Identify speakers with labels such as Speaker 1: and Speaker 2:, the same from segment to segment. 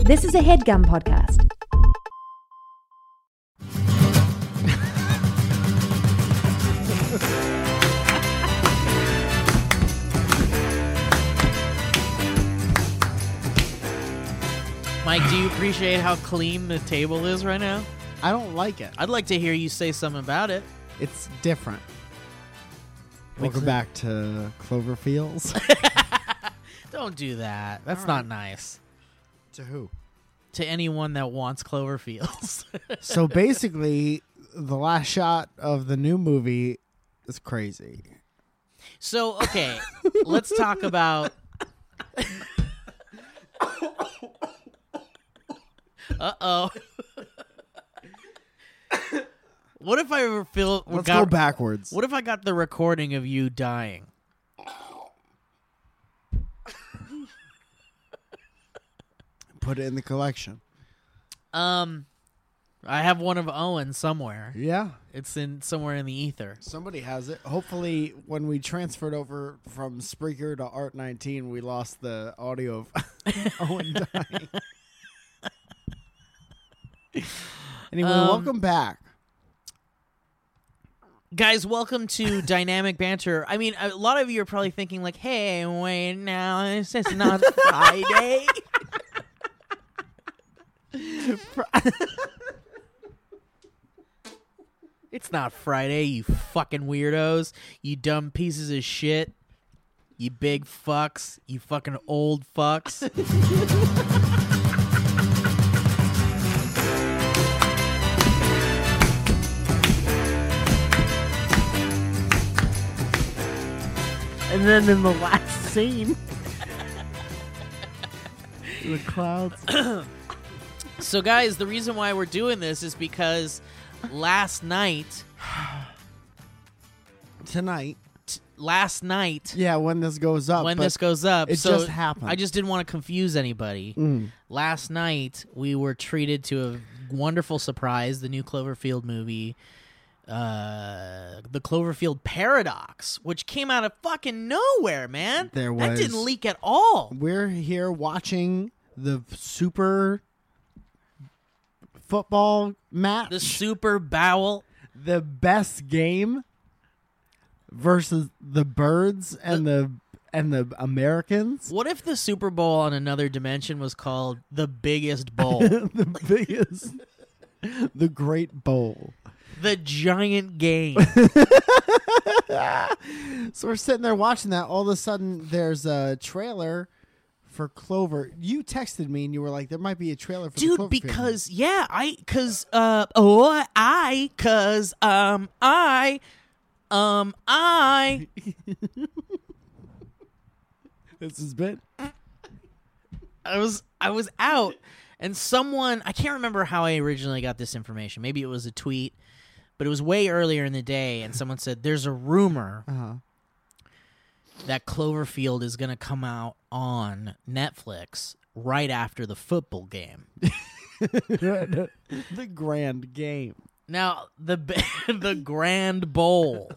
Speaker 1: This is a headgum podcast.
Speaker 2: Mike, do you appreciate how clean the table is right now?
Speaker 3: I don't like it.
Speaker 2: I'd like to hear you say something about it.
Speaker 3: It's different.
Speaker 2: We
Speaker 3: Welcome
Speaker 2: clean-
Speaker 3: back to Cloverfields.
Speaker 2: Don't do that. That's
Speaker 3: All
Speaker 2: not
Speaker 3: right.
Speaker 2: nice
Speaker 3: to who?
Speaker 2: to anyone that wants Cloverfields.
Speaker 3: So basically, the last shot of the new movie is crazy.
Speaker 2: so, okay, let's talk about. uh oh. what if I were feel?
Speaker 3: Let's
Speaker 2: got-
Speaker 3: go backwards.
Speaker 2: What if I got the recording of you dying?
Speaker 3: Put it in the collection.
Speaker 2: Um, I have one of Owen somewhere.
Speaker 3: Yeah.
Speaker 2: It's in somewhere in the ether.
Speaker 3: Somebody has it. Hopefully, when we transferred over from Spreaker to Art 19, we lost the audio of Owen dying. anyway,
Speaker 2: Um,
Speaker 3: welcome back.
Speaker 2: Guys, welcome to Dynamic Banter. I mean, a lot of you are probably thinking like, "Hey, wait, now it's just not Friday." it's not Friday, you fucking weirdos, you dumb pieces of shit, you big fucks, you fucking old fucks.
Speaker 3: And then in the last scene, the clouds.
Speaker 2: So, guys, the reason why we're doing this is because last night,
Speaker 3: Tonight.
Speaker 2: t- last night,
Speaker 3: Yeah, when this goes up.
Speaker 2: when
Speaker 3: but
Speaker 2: this goes up,
Speaker 3: it
Speaker 2: so
Speaker 3: just happened.
Speaker 2: I just didn't want to confuse anybody.
Speaker 3: Mm.
Speaker 2: Last night, we were treated to a wonderful surprise: the new Cloverfield movie, uh, the Cloverfield Paradox, which came out of fucking nowhere, man.
Speaker 3: There
Speaker 2: that
Speaker 3: was-
Speaker 2: didn't leak at all.
Speaker 3: We're here watching the super football match.
Speaker 2: The Super Bowl.
Speaker 3: the best game versus the birds and the and the Americans.
Speaker 2: What if the Super Bowl on another dimension was called the biggest bowl?
Speaker 3: the biggest the great bowl.
Speaker 2: the giant game.
Speaker 3: So we're sitting there watching that. All of a sudden there's a trailer for Clover. You texted me and you were like, there might be a trailer for the
Speaker 2: Dude,
Speaker 3: Cloverfield."
Speaker 2: because yeah, I cuz uh oh, I cuz um I um I
Speaker 3: this has been
Speaker 2: I was I was out and someone I can't remember how I originally got this information. Maybe it was a tweet, but it was way earlier in the day and someone said there's a rumor
Speaker 3: uh-huh.
Speaker 2: that Cloverfield is going to come out on Netflix right after the football game.
Speaker 3: the grand game.
Speaker 2: Now the b- the Grand Bowl,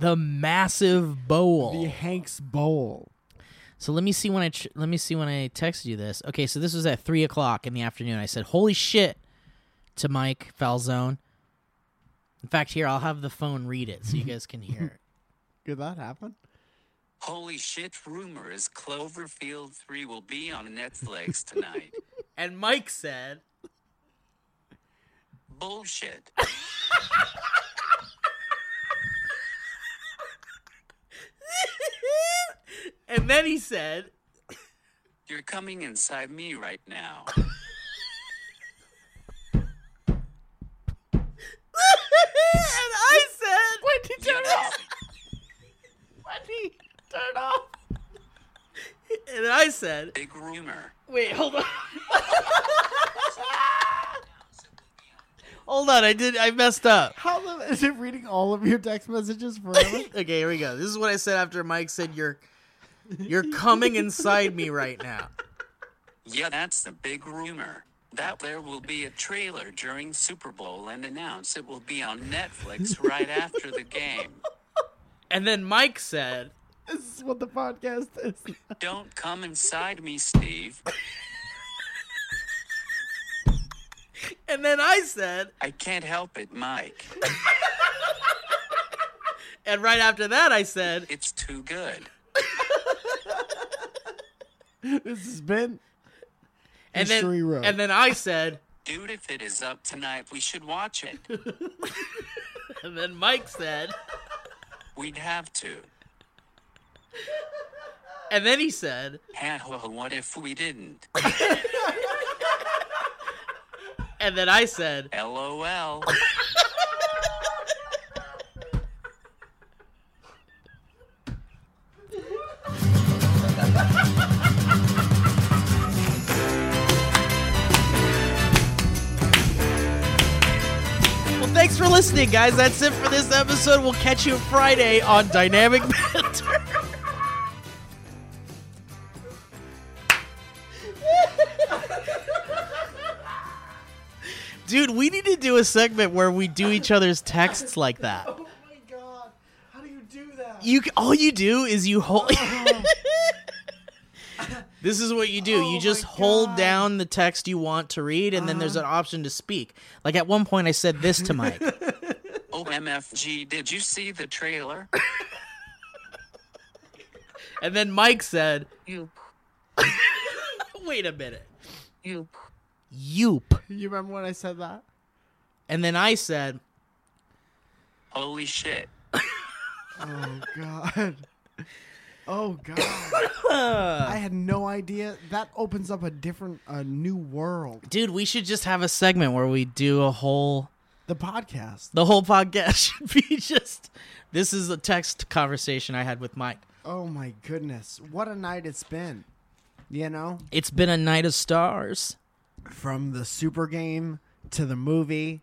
Speaker 2: the massive bowl.
Speaker 3: The Hanks Bowl.
Speaker 2: So let me see when I ch- let me see when I texted you this. Okay, so this was at three o'clock in the afternoon. I said, "Holy shit!" to Mike Falzone. In fact, here I'll have the phone read it so you guys can hear
Speaker 3: Could that happen?
Speaker 4: Holy shit, rumor is Cloverfield 3 will be on Netflix tonight.
Speaker 2: it. And Mike said,
Speaker 4: Bullshit.
Speaker 2: and then he said,
Speaker 4: You're coming inside me right now.
Speaker 2: and I said, Wendy, turn off. Wendy, turn off. And I said,
Speaker 4: Big rumor.
Speaker 2: wait, hold on. hold on, I did, I messed up.
Speaker 3: How the is it reading all of your text messages forever?
Speaker 2: Okay, here we go. This is what I said after Mike said, "You're, you're coming inside me right now."
Speaker 4: Yeah, that's the big rumor. That there will be a trailer during Super Bowl and announce it will be on Netflix right after the game.
Speaker 2: And then Mike said,
Speaker 3: This is what the podcast is.
Speaker 4: Don't come inside me, Steve.
Speaker 2: And then I said,
Speaker 4: I can't help it, Mike.
Speaker 2: and right after that, I said,
Speaker 4: It's too good.
Speaker 3: This has been
Speaker 2: and
Speaker 3: History
Speaker 2: then,
Speaker 3: Road.
Speaker 2: and then I said,
Speaker 4: Dude, if it is up tonight, we should watch it.
Speaker 2: and then Mike said,
Speaker 4: We'd have to.
Speaker 2: and then he said,
Speaker 4: Ha ha ha, what if we didn't?
Speaker 2: and then I said,
Speaker 4: LOL.
Speaker 2: well, thanks for listening, guys. That's it for this episode. We'll catch you Friday on Dynamic Banter. Dude, we need to do a segment where we do each other's texts like that.
Speaker 3: Oh my god. How do you do that?
Speaker 2: You c- all you do is you hold. this is what you do.
Speaker 3: Oh
Speaker 2: you just
Speaker 3: my
Speaker 2: hold
Speaker 3: God. Uh-huh.
Speaker 2: down the text you want to read, and then there's an option to speak. Like at one point, I said this to Mike.
Speaker 4: OMFG, did you see the trailer?
Speaker 2: And then Mike said,
Speaker 4: You,
Speaker 2: "Wait a minute,
Speaker 4: you.
Speaker 2: yoop."
Speaker 3: You remember when I said that?
Speaker 2: And then I said,
Speaker 4: Holy shit.
Speaker 3: Oh god. Oh god. I had no idea. That opens up a different a new world.
Speaker 2: "Dude, we should just have a segment where we do a whole
Speaker 3: The podcast.
Speaker 2: the whole podcast should be just this is a text conversation I had with Mike.
Speaker 3: Oh my goodness. What a night it's been. You know?
Speaker 2: It's been a night of stars."
Speaker 3: From the super game to the movie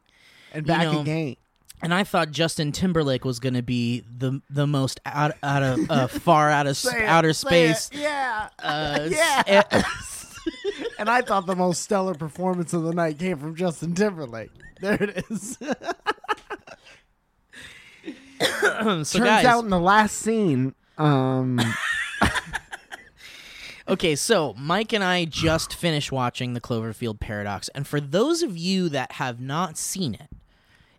Speaker 3: and back
Speaker 2: know,
Speaker 3: again.
Speaker 2: and I thought Justin Timberlake was going to be the the most out out of uh, far out of sp-
Speaker 3: Say it,
Speaker 2: outer
Speaker 3: say it.
Speaker 2: space.
Speaker 3: Yeah.
Speaker 2: Uh,
Speaker 3: Yeah.
Speaker 2: s-
Speaker 3: and I thought the most stellar performance of the night came from Justin Timberlake. There it is.
Speaker 2: so
Speaker 3: Turns
Speaker 2: guys,
Speaker 3: out in the last scene, um,
Speaker 2: okay, so Mike and I just finished watching the Cloverfield Paradox, and for those of you that have not seen it,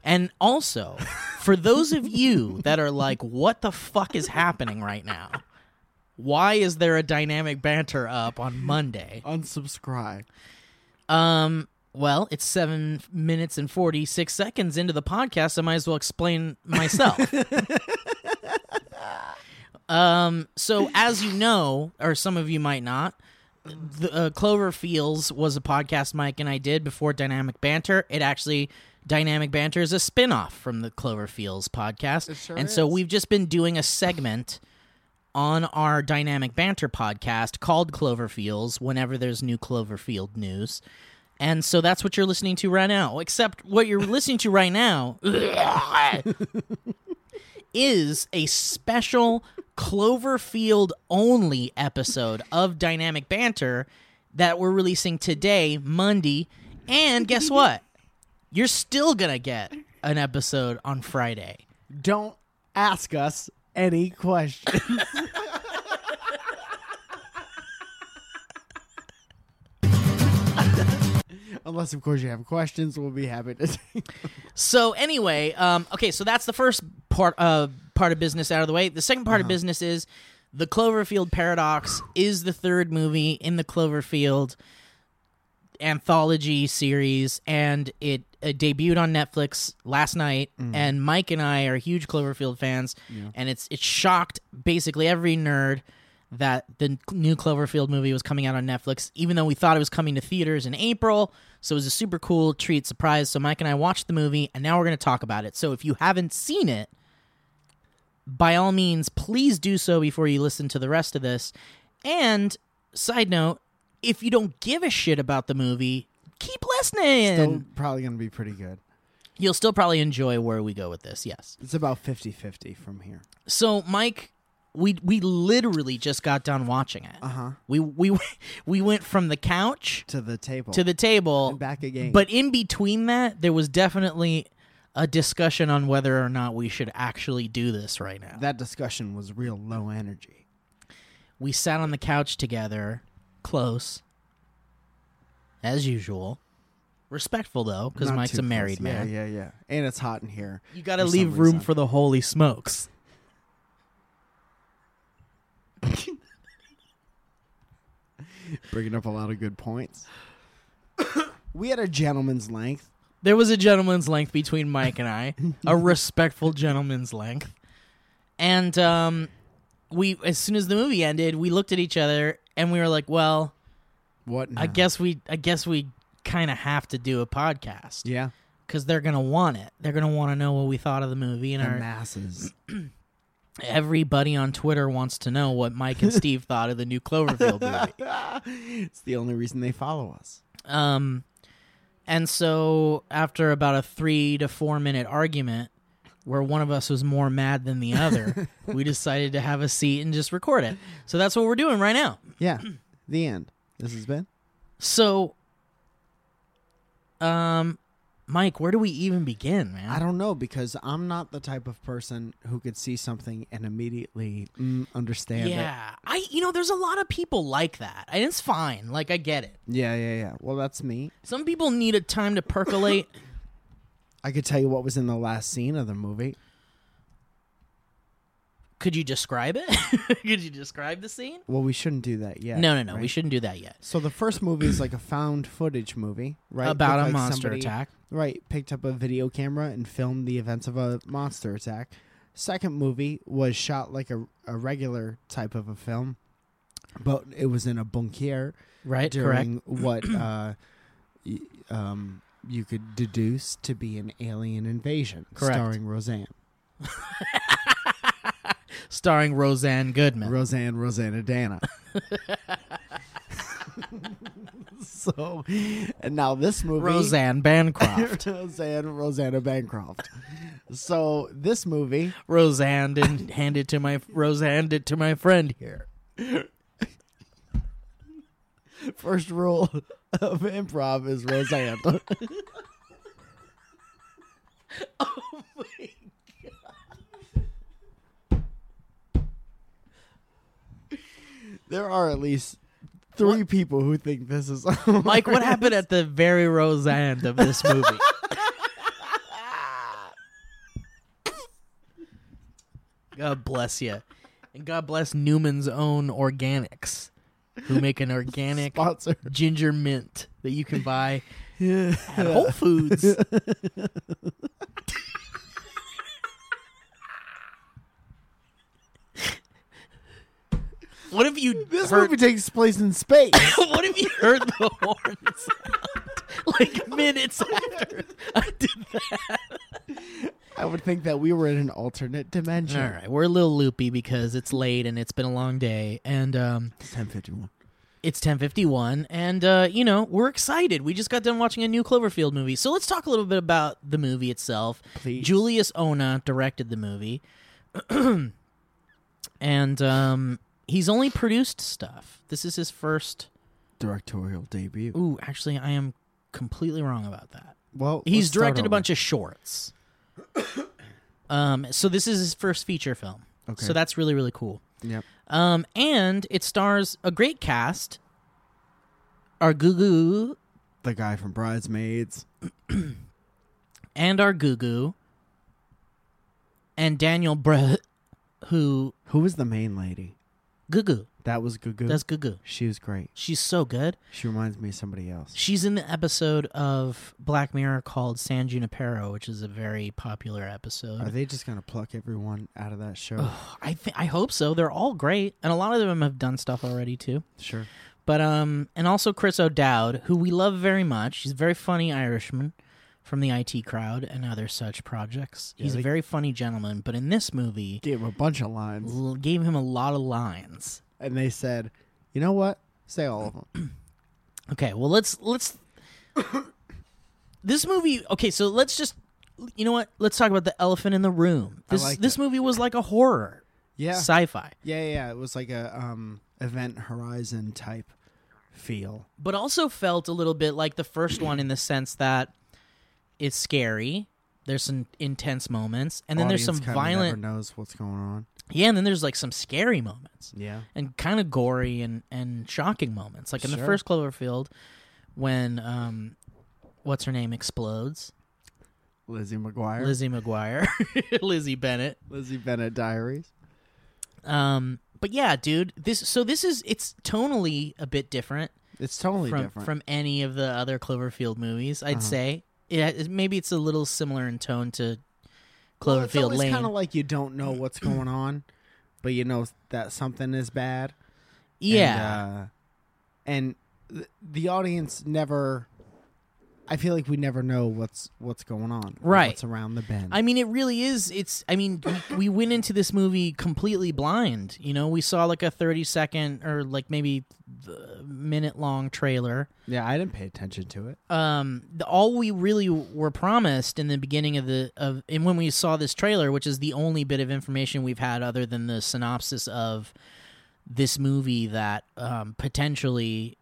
Speaker 2: and also for those of you that are like, "What the fuck is happening right now? Why is there a dynamic banter up on Monday?"
Speaker 3: unsubscribe.
Speaker 2: Um. Well, it's seven minutes and forty six seconds into the podcast. I might as well explain myself. um. So, as you know, or some of you might not, the uh, Cloverfields was a podcast Mike and I did before Dynamic Banter. It actually Dynamic Banter is a spin-off from the Cloverfields podcast.
Speaker 3: sure
Speaker 2: and so
Speaker 3: is.
Speaker 2: we've just been doing a segment on our Dynamic Banter podcast called Cloverfields whenever there's new Cloverfield news. And so that's what you're listening to right now. Except what you're listening to right now is a special Cloverfield only episode of Dynamic Banter that we're releasing today, Monday. And guess what? You're still going to get an episode on Friday.
Speaker 3: Don't ask us any questions. Unless, of course, you have questions, we'll be happy to take.
Speaker 2: So anyway, um, okay, so that's the first part uh, part of business out of the way. The second part of business is the Cloverfield Paradox is the third movie in the Cloverfield anthology series, and it uh, debuted on Netflix last night. And Mike and I are huge Cloverfield fans, and it's it shocked basically every nerd that the n- new Cloverfield movie was coming out on Netflix, even though we thought it was coming to theaters in April. So it was a super cool treat surprise. So Mike and I watched the movie, and now we're going to talk about it. So if you haven't seen it, by all means, please do so before you listen to the rest of this. And side note, if you don't give a shit about the movie, keep listening.
Speaker 3: Still probably going to be pretty good.
Speaker 2: You'll still probably enjoy where we go with this. Yes.
Speaker 3: It's about 50 50 from here.
Speaker 2: So, Mike, we we literally just got done watching it. Uh
Speaker 3: Uh-huh.
Speaker 2: huh. We we we went from the couch
Speaker 3: To the table.
Speaker 2: to the table
Speaker 3: And back again.
Speaker 2: But in between that, there was definitely a discussion on whether or not we should actually do this right now.
Speaker 3: That discussion was real low energy.
Speaker 2: we sat on the couch together, close, as usual. Respectful though, because
Speaker 3: Not
Speaker 2: Mike's
Speaker 3: too
Speaker 2: a married
Speaker 3: close.
Speaker 2: man.
Speaker 3: Yeah, yeah, yeah. And it's hot in here.
Speaker 2: You got to
Speaker 3: for some
Speaker 2: leave room
Speaker 3: reason.
Speaker 2: for the holy smokes.
Speaker 3: bringing up a lot of good points. we had a gentleman's length.
Speaker 2: There was a gentleman's length between Mike and I, a respectful gentleman's length, and um, we. As soon as the movie ended, we looked at each other and we were like, "Well,
Speaker 3: What?
Speaker 2: I
Speaker 3: now?
Speaker 2: guess we, I guess we kind of have to do a podcast
Speaker 3: Yeah.
Speaker 2: because they're gonna want it. They're gonna want to know what we thought of the movie and
Speaker 3: The
Speaker 2: our
Speaker 3: masses.
Speaker 2: everybody on Twitter wants to know what Mike and Steve thought of the new Cloverfield movie.
Speaker 3: it's the only reason they follow us.
Speaker 2: Um, and so after about a three to four minute argument, where one of us was more mad than the other, we decided to have a seat and just record it. So that's what we're doing right now.
Speaker 3: Yeah. the end. This has been.
Speaker 2: So, um, Mike, where do we even begin, man?
Speaker 3: I don't know because I'm not the type of person who could see something and immediately mm, understand it.
Speaker 2: yeah, I you know there's a lot of people like that, and it's fine. Like I get it.
Speaker 3: Yeah, yeah, yeah. Well, that's me.
Speaker 2: Some people need a time to percolate.
Speaker 3: I could tell you what was in the last scene of the movie.
Speaker 2: Could you describe it? Could you describe the scene?
Speaker 3: Well, we shouldn't do that yet.
Speaker 2: no, no, no.
Speaker 3: right?
Speaker 2: We shouldn't do that yet.
Speaker 3: So the first movie is like a found footage movie, right?
Speaker 2: About a
Speaker 3: Looked like
Speaker 2: monster
Speaker 3: somebody-
Speaker 2: attack.
Speaker 3: Right, picked up a video camera and filmed the events of a monster attack. Second movie was shot like a, a regular type of a film, but it was in a bunker
Speaker 2: Right? Correct.
Speaker 3: during what uh, y- um, you could deduce to be an alien invasion,
Speaker 2: Correct.
Speaker 3: starring Roseanne.
Speaker 2: Starring Roseanne Goodman.
Speaker 3: Roseanne, Rosanna Dana. so, and now this movie.
Speaker 2: Roseanne Bancroft.
Speaker 3: Roseanne, Rosanna Bancroft. so this movie,
Speaker 2: Roseanne didn't hand it to my Roseanne did to my friend here.
Speaker 3: first rule of improv is Roseanne. there are at least three people who think this is
Speaker 2: Mike, what happened at the very Roseanne of this movie? God bless you. And God bless Newman's own organics who make an organic
Speaker 3: sponsor.
Speaker 2: ginger mint that you can buy at Whole Foods. what if you
Speaker 3: This
Speaker 2: heard?
Speaker 3: movie takes place in space.
Speaker 2: what if you heard the horn sound like minutes after I did that?
Speaker 3: I would think that we were in an alternate dimension.
Speaker 2: All right, we're a little loopy because it's late and it's been a long day, and um,
Speaker 3: It's ten fifty one.
Speaker 2: It's 10:51 and uh, you know, we're excited. We just got done watching a new Cloverfield movie. So let's talk a little bit about the movie itself.
Speaker 3: Please.
Speaker 2: Julius Ona directed the movie. and um, he's only produced stuff. This is his first
Speaker 3: Directorial debut.
Speaker 2: Ooh, actually I am completely wrong about that.
Speaker 3: Well,
Speaker 2: He's directed a bunch of shorts. um so this is his first feature film.
Speaker 3: Okay.
Speaker 2: So that's really really cool.
Speaker 3: of. Yep.
Speaker 2: Um, and it stars a great cast. Our Goo Goo
Speaker 3: The guy from Bridesmaids.
Speaker 2: and our Goo Goo and Daniel Bre who
Speaker 3: Who was the main lady?
Speaker 2: Goo Goo.
Speaker 3: That was Goo Goo.
Speaker 2: That's Goo Goo.
Speaker 3: She was great.
Speaker 2: She's so good.
Speaker 3: She reminds me of somebody else.
Speaker 2: She's in the episode of Black Mirror called San Junipero, which is a very popular episode.
Speaker 3: Are they just gonna pluck everyone out of that show?
Speaker 2: I th- I hope so. They're all great, and a lot of them have done stuff already too.
Speaker 3: sure.
Speaker 2: But um, and also Chris O'Dowd, who we love very much. He's a very funny Irishman from the IT crowd and other such projects. He's a
Speaker 3: they-
Speaker 2: very funny gentleman, but in this movie,
Speaker 3: Gave a bunch of lines,
Speaker 2: l- gave him a lot of lines.
Speaker 3: and they said, "You know what? Say all of them."
Speaker 2: Okay, well let's let's. this movie. Okay, so let's just. You know what? Let's talk about the elephant in the room.
Speaker 3: I
Speaker 2: This
Speaker 3: like
Speaker 2: this
Speaker 3: it.
Speaker 2: movie was like a horror,
Speaker 3: Yeah.
Speaker 2: sci-fi,
Speaker 3: yeah, yeah, yeah. It was like a um Event Horizon type feel.
Speaker 2: but also felt a little bit like the first one in the sense that it's scary. There's some intense moments, and then there's
Speaker 3: Audience
Speaker 2: some
Speaker 3: kinda
Speaker 2: violent.
Speaker 3: Never knows what's going on.
Speaker 2: Yeah, and then there's like some scary moments
Speaker 3: Yeah.
Speaker 2: and kind of gory and and shocking moments. Like in the
Speaker 3: Sure.
Speaker 2: first Cloverfield, when um, what's her name explodes,
Speaker 3: Lizzie McGuire.
Speaker 2: Lizzie McGuire, Lizzie Bennett.
Speaker 3: Lizzie Bennett Diaries.
Speaker 2: Um, but yeah, dude, this so this is it's tonally a bit different
Speaker 3: It's totally
Speaker 2: from
Speaker 3: different. Uh-huh.
Speaker 2: from any of the other Cloverfield movies. I'd say yeah, it- maybe it's a little similar in tone to Cloverfield
Speaker 3: It's
Speaker 2: Lane.
Speaker 3: kind of like you don't know what's going on, but you know that something is bad.
Speaker 2: yeah,
Speaker 3: And, uh, and th- the audience never. I feel like we never know what's what's going on. or
Speaker 2: Right.
Speaker 3: What's around the bend.
Speaker 2: I mean, it really is. It's. I mean, we, we went into this movie completely blind. You know, we saw like a thirty second or like maybe minute long trailer.
Speaker 3: yeah, I didn't pay attention to it.
Speaker 2: um the, all we really were promised in the beginning of the of and when we saw this trailer which is the only bit of information we've had other than the synopsis of this movie that um potentially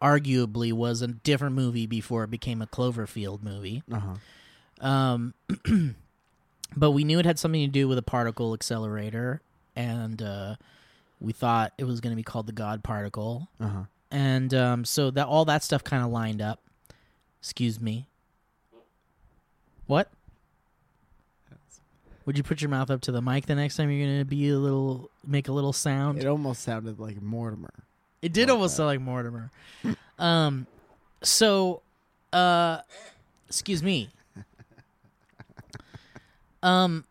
Speaker 2: arguably was a different movie before it became a cloverfield movie
Speaker 3: Uh huh.
Speaker 2: um but we knew it had something to do with a particle accelerator and uh we thought it was going to be called the god particle
Speaker 3: Uh huh.
Speaker 2: and um, so that all that stuff kind of lined up. Excuse me. What? Would you put your mouth up to the mic the next time you're gonna be a little make a little sound?
Speaker 3: It almost sounded like Mortimer.
Speaker 2: It did almost sound like Mortimer. um, so, uh, excuse me. Um,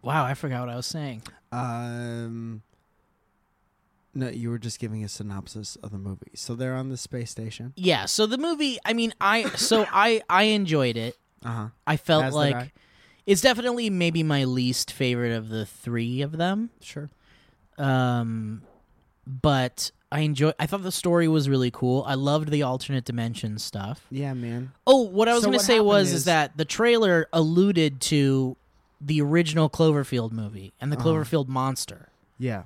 Speaker 2: wow, I forgot what I was saying.
Speaker 3: Um. No, you were just giving a synopsis of the movie. So they're on the space station.
Speaker 2: Yeah, so the movie. I mean, I so I I enjoyed it.
Speaker 3: Uh huh.
Speaker 2: I felt
Speaker 3: As did
Speaker 2: like
Speaker 3: I.
Speaker 2: it's definitely maybe my least favorite of the three of them.
Speaker 3: Sure.
Speaker 2: Um, but I enjoy. I thought the story was really cool. I loved the alternate dimension stuff.
Speaker 3: Yeah, man.
Speaker 2: Oh, what I was
Speaker 3: So
Speaker 2: going
Speaker 3: what
Speaker 2: to say was
Speaker 3: happened
Speaker 2: is,
Speaker 3: is-
Speaker 2: that the trailer alluded to the original Cloverfield movie and the
Speaker 3: Uh-huh.
Speaker 2: Cloverfield monster,
Speaker 3: Yeah.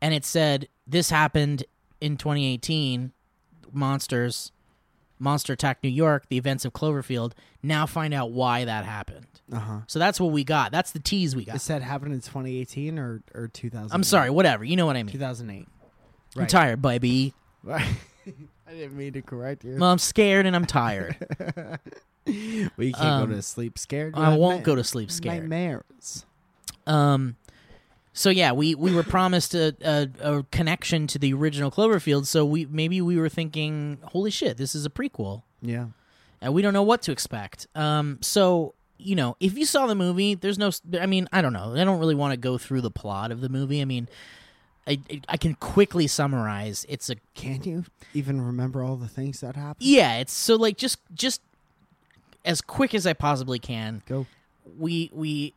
Speaker 2: and it said this happened in 2018. Monsters, Monster Attack New York, the events of Cloverfield. Now find out why that happened.
Speaker 3: Uh huh.
Speaker 2: So that's what we got. That's the tease we
Speaker 3: It
Speaker 2: got.
Speaker 3: said happened in 2018 or or 2000.
Speaker 2: I'm sorry, whatever. You know what I mean.
Speaker 3: 2008.
Speaker 2: I'm tired, baby.
Speaker 3: I didn't mean to correct you.
Speaker 2: Well, I'm scared and I'm tired.
Speaker 3: Well, you can't
Speaker 2: um,
Speaker 3: go to sleep scared.
Speaker 2: I won't go to sleep scared.
Speaker 3: Nightmares.
Speaker 2: Um, so yeah, we, we were promised a, a, a connection to the original Cloverfield. So we maybe we were thinking, holy shit, this is a prequel,
Speaker 3: Yeah.
Speaker 2: and we don't know what to expect. Um, so you know, if you saw the movie, there's no. s- I mean, I don't know. I don't really want to go through the plot of the movie. I mean, I I- I can quickly summarize. It's a
Speaker 3: Can you even remember all the things that happened?
Speaker 2: yeah it's so like just just as quick as i possibly can
Speaker 3: Go.
Speaker 2: we we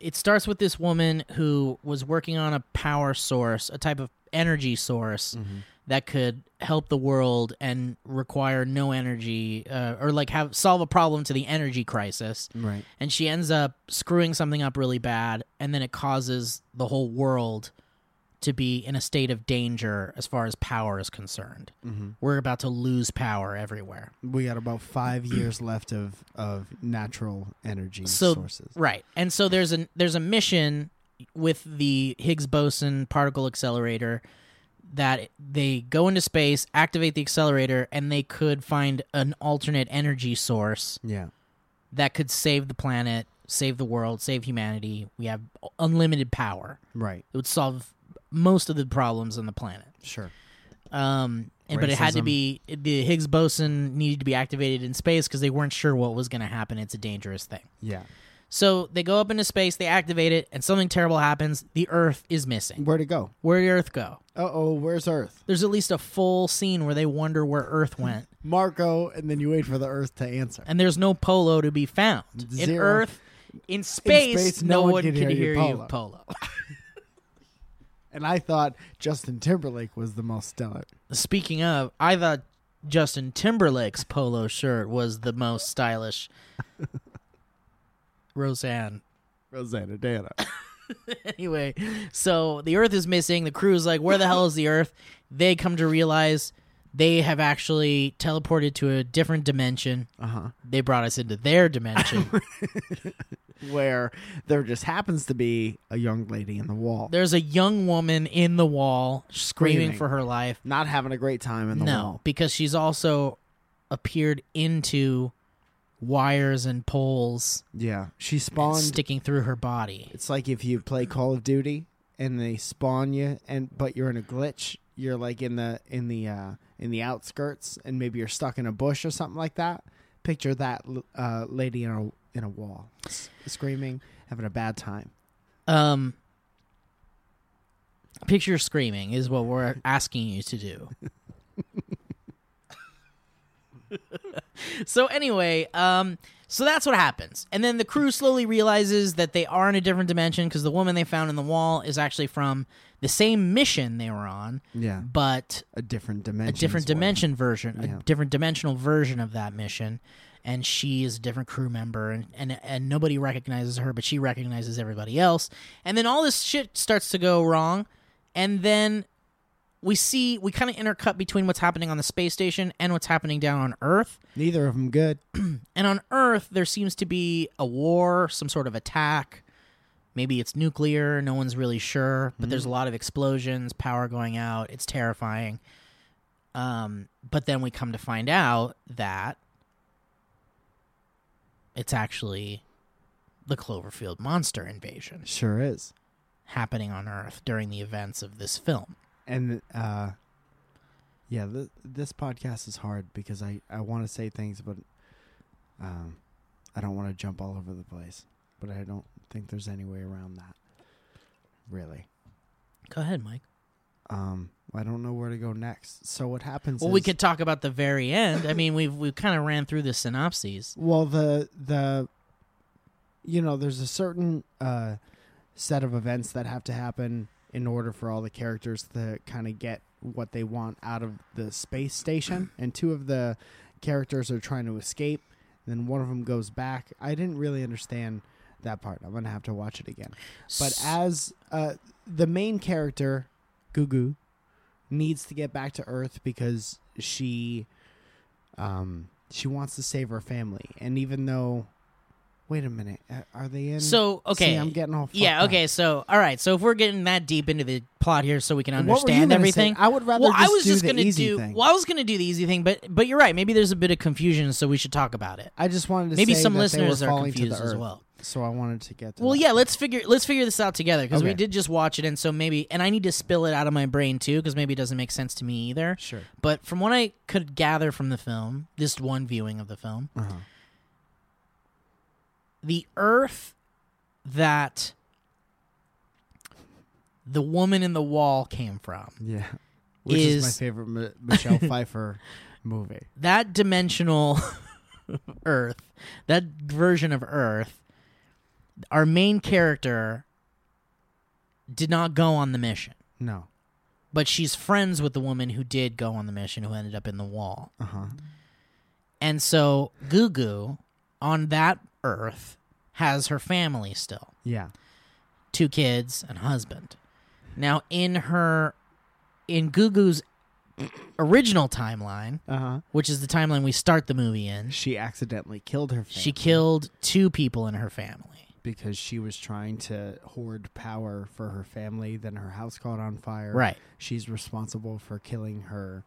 Speaker 2: it starts with this woman who was working on a power source a type of energy source that could help the world and require no energy uh, or like have solve a problem to the energy crisis
Speaker 3: Right.
Speaker 2: and she ends up screwing something up really bad and then it causes the whole world to be in a state of danger as far as power is concerned we're about to lose power everywhere
Speaker 3: We got about five years left of of natural energy
Speaker 2: so
Speaker 3: sources.
Speaker 2: right and so there's an there's a mission with the higgs boson particle accelerator that they go into space activate the accelerator and they could find an alternate energy source
Speaker 3: Yeah.
Speaker 2: that could save the planet save the world save humanity we have unlimited power
Speaker 3: Right.
Speaker 2: It would solve most of the problems on the planet.
Speaker 3: Sure.
Speaker 2: Um, and, but it had to
Speaker 3: Racism.
Speaker 2: be the Higgs boson needed to be activated in space because they weren't sure what was going to happen. It's a dangerous thing.
Speaker 3: Yeah.
Speaker 2: So they go up into space, they activate it, and something terrible happens. The Earth is missing.
Speaker 3: Where'd it go?
Speaker 2: Where did Earth go?
Speaker 3: Uh oh. Where's Earth?
Speaker 2: There's at least a full scene where they wonder where Earth went,
Speaker 3: Marco, and then you wait for the Earth to answer.
Speaker 2: and there's no polo to be found. In
Speaker 3: Zero.
Speaker 2: Earth, in space,
Speaker 3: space,
Speaker 2: no, one can hear,
Speaker 3: your
Speaker 2: you
Speaker 3: polo.
Speaker 2: polo.
Speaker 3: And I thought Justin Timberlake was the most stellar.
Speaker 2: Speaking of, I thought Justin Timberlake's polo shirt was the most stylish. Roseanne.
Speaker 3: Rosanna Dana.
Speaker 2: Anyway, so the Earth is missing. The crew is like, "Where the hell is the Earth?" They come to realize they have actually teleported to a different dimension.
Speaker 3: Uh huh.
Speaker 2: They brought us into their dimension.
Speaker 3: Where there just happens to be a young lady in the wall,
Speaker 2: There's a young woman in the wall screaming,
Speaker 3: Screaming.
Speaker 2: for her life.
Speaker 3: not having a great time in the
Speaker 2: no,
Speaker 3: wall.
Speaker 2: because she's also appeared into wires and poles
Speaker 3: Yeah, she spawned.
Speaker 2: sticking through her body.
Speaker 3: it's like if you play Call of Duty and they spawn you, and but you're in a glitch. You're like in the in the uh, in the outskirts, and maybe you're stuck in a bush or something like that. Picture that l- uh, lady in a in a wall, s- screaming, having a bad time.
Speaker 2: Um picture screaming is what we're asking you to do. so anyway, um so that's what happens. And then the crew slowly realizes that they are in a different dimension because the woman they found in the wall is actually from the same mission they were on,
Speaker 3: Yeah,
Speaker 2: but
Speaker 3: a different dimension.
Speaker 2: a different
Speaker 3: is what-
Speaker 2: dimension version,
Speaker 3: Yeah.
Speaker 2: a different dimensional version of that mission, and she is a different crew member, and, and and nobody recognizes her, but she recognizes everybody else, and then all this shit starts to go wrong, and then we see we kind of intercut between what's happening on the space station and what's happening down on Earth,
Speaker 3: Neither of them good.
Speaker 2: and on Earth there seems to be a war, some sort of attack. Maybe it's nuclear, no one's really sure, but there's a lot of explosions, power going out, it's terrifying. Um, but then we come to find out that it's actually the Cloverfield monster invasion
Speaker 3: Sure is.
Speaker 2: happening on Earth during the events of this film.
Speaker 3: And uh, yeah, th- this podcast is hard because I I want to say things, but um, I don't want to jump all over the place. But I don't think there's any way around that. Really.
Speaker 2: Go ahead, Mike.
Speaker 3: Um, I don't know where to go next. So what happens?
Speaker 2: Well, we
Speaker 3: is-
Speaker 2: could talk about the very end. I mean, we've we kind of ran through the synopses.
Speaker 3: Well, the the you know, there's a certain uh, set of events that have to happen in order for all the characters to kind of get what they want out of the space station. And two of the characters are trying to escape. Then one of them goes back. I didn't really understand that part. I'm gonna have to watch it again. But as uh, the main character, Gugu, needs to get back to Earth because she, um, she wants to save her family, and even though, wait a minute, uh, are they in?
Speaker 2: So okay,
Speaker 3: See, I'm getting all fucked
Speaker 2: yeah.
Speaker 3: up.
Speaker 2: Okay, so all right, so if we're getting that deep into the plot here, so we can
Speaker 3: What were you
Speaker 2: understand
Speaker 3: gonna
Speaker 2: everything.
Speaker 3: say? I would rather.
Speaker 2: well,
Speaker 3: just
Speaker 2: I was
Speaker 3: do
Speaker 2: just
Speaker 3: the
Speaker 2: gonna
Speaker 3: easy
Speaker 2: do.
Speaker 3: Thing.
Speaker 2: Well, I was gonna do the easy thing, but but you're right. Maybe there's a bit of confusion, so we should talk about it.
Speaker 3: I just wanted to.
Speaker 2: Maybe
Speaker 3: say
Speaker 2: some
Speaker 3: that they
Speaker 2: listeners
Speaker 3: were
Speaker 2: are
Speaker 3: falling
Speaker 2: confused
Speaker 3: to the
Speaker 2: as
Speaker 3: Earth,
Speaker 2: well.
Speaker 3: So I wanted to get. To
Speaker 2: Well,
Speaker 3: that.
Speaker 2: yeah. Let's figure let's figure this out together because we
Speaker 3: Okay.
Speaker 2: did just watch it, and so maybe and I need to spill it out of my brain too because maybe it doesn't make sense to me either.
Speaker 3: Sure.
Speaker 2: But from what I could gather from the film, this one viewing of the film,
Speaker 3: Uh-huh.
Speaker 2: the earth that the woman in the wall came from.
Speaker 3: Yeah. Which is, my
Speaker 2: Is-
Speaker 3: favorite Mi- Michelle Pfeiffer movie.
Speaker 2: That dimensional earth, that version of earth, our main character did not go on the mission,
Speaker 3: No.
Speaker 2: but she's friends with the woman who did go on the mission who ended up in the wall.
Speaker 3: Uh huh.
Speaker 2: And so Gugu on that earth has her family still.
Speaker 3: Yeah.
Speaker 2: two kids and a husband. Now in her in Gugu's original timeline,
Speaker 3: Uh huh.
Speaker 2: which is the timeline we start the movie in,
Speaker 3: She accidentally killed her family
Speaker 2: she killed two people in her family.
Speaker 3: because she was trying to hoard power for her family. Then her house caught on fire.
Speaker 2: Right.
Speaker 3: She's responsible for killing her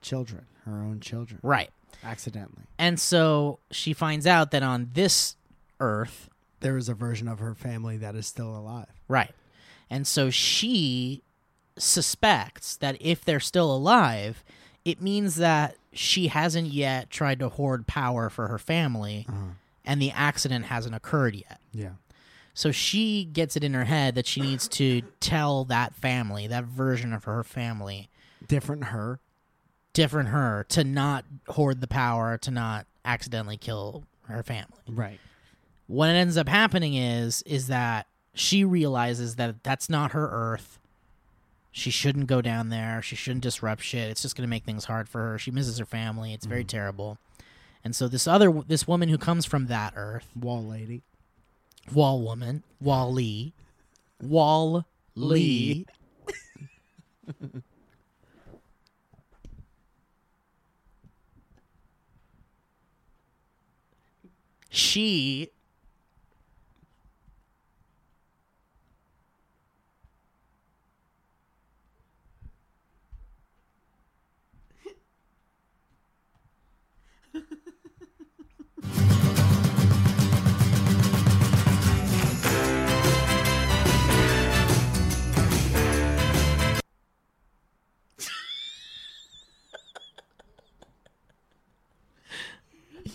Speaker 3: children, her own children,
Speaker 2: Right.
Speaker 3: accidentally.
Speaker 2: And so she finds out that on this earth,
Speaker 3: There is a version of her family that is still alive.
Speaker 2: right. And so she suspects that if they're still alive, it means that she hasn't yet tried to hoard power for her family and the accident hasn't occurred yet.
Speaker 3: Yeah.
Speaker 2: So she gets it in her head that she needs to tell that family, that version of her family,
Speaker 3: Different her.
Speaker 2: different her, to not hoard the power, to not accidentally kill her family.
Speaker 3: Right.
Speaker 2: What ends up happening is is that she realizes that that's not her earth. She shouldn't go down there. She shouldn't disrupt shit. It's just going to make things hard for her. She misses her family. It's very terrible. And so this other this woman who comes from that earth
Speaker 3: Wall lady.
Speaker 2: Wall Woman, Wall Lee, Wall Lee. she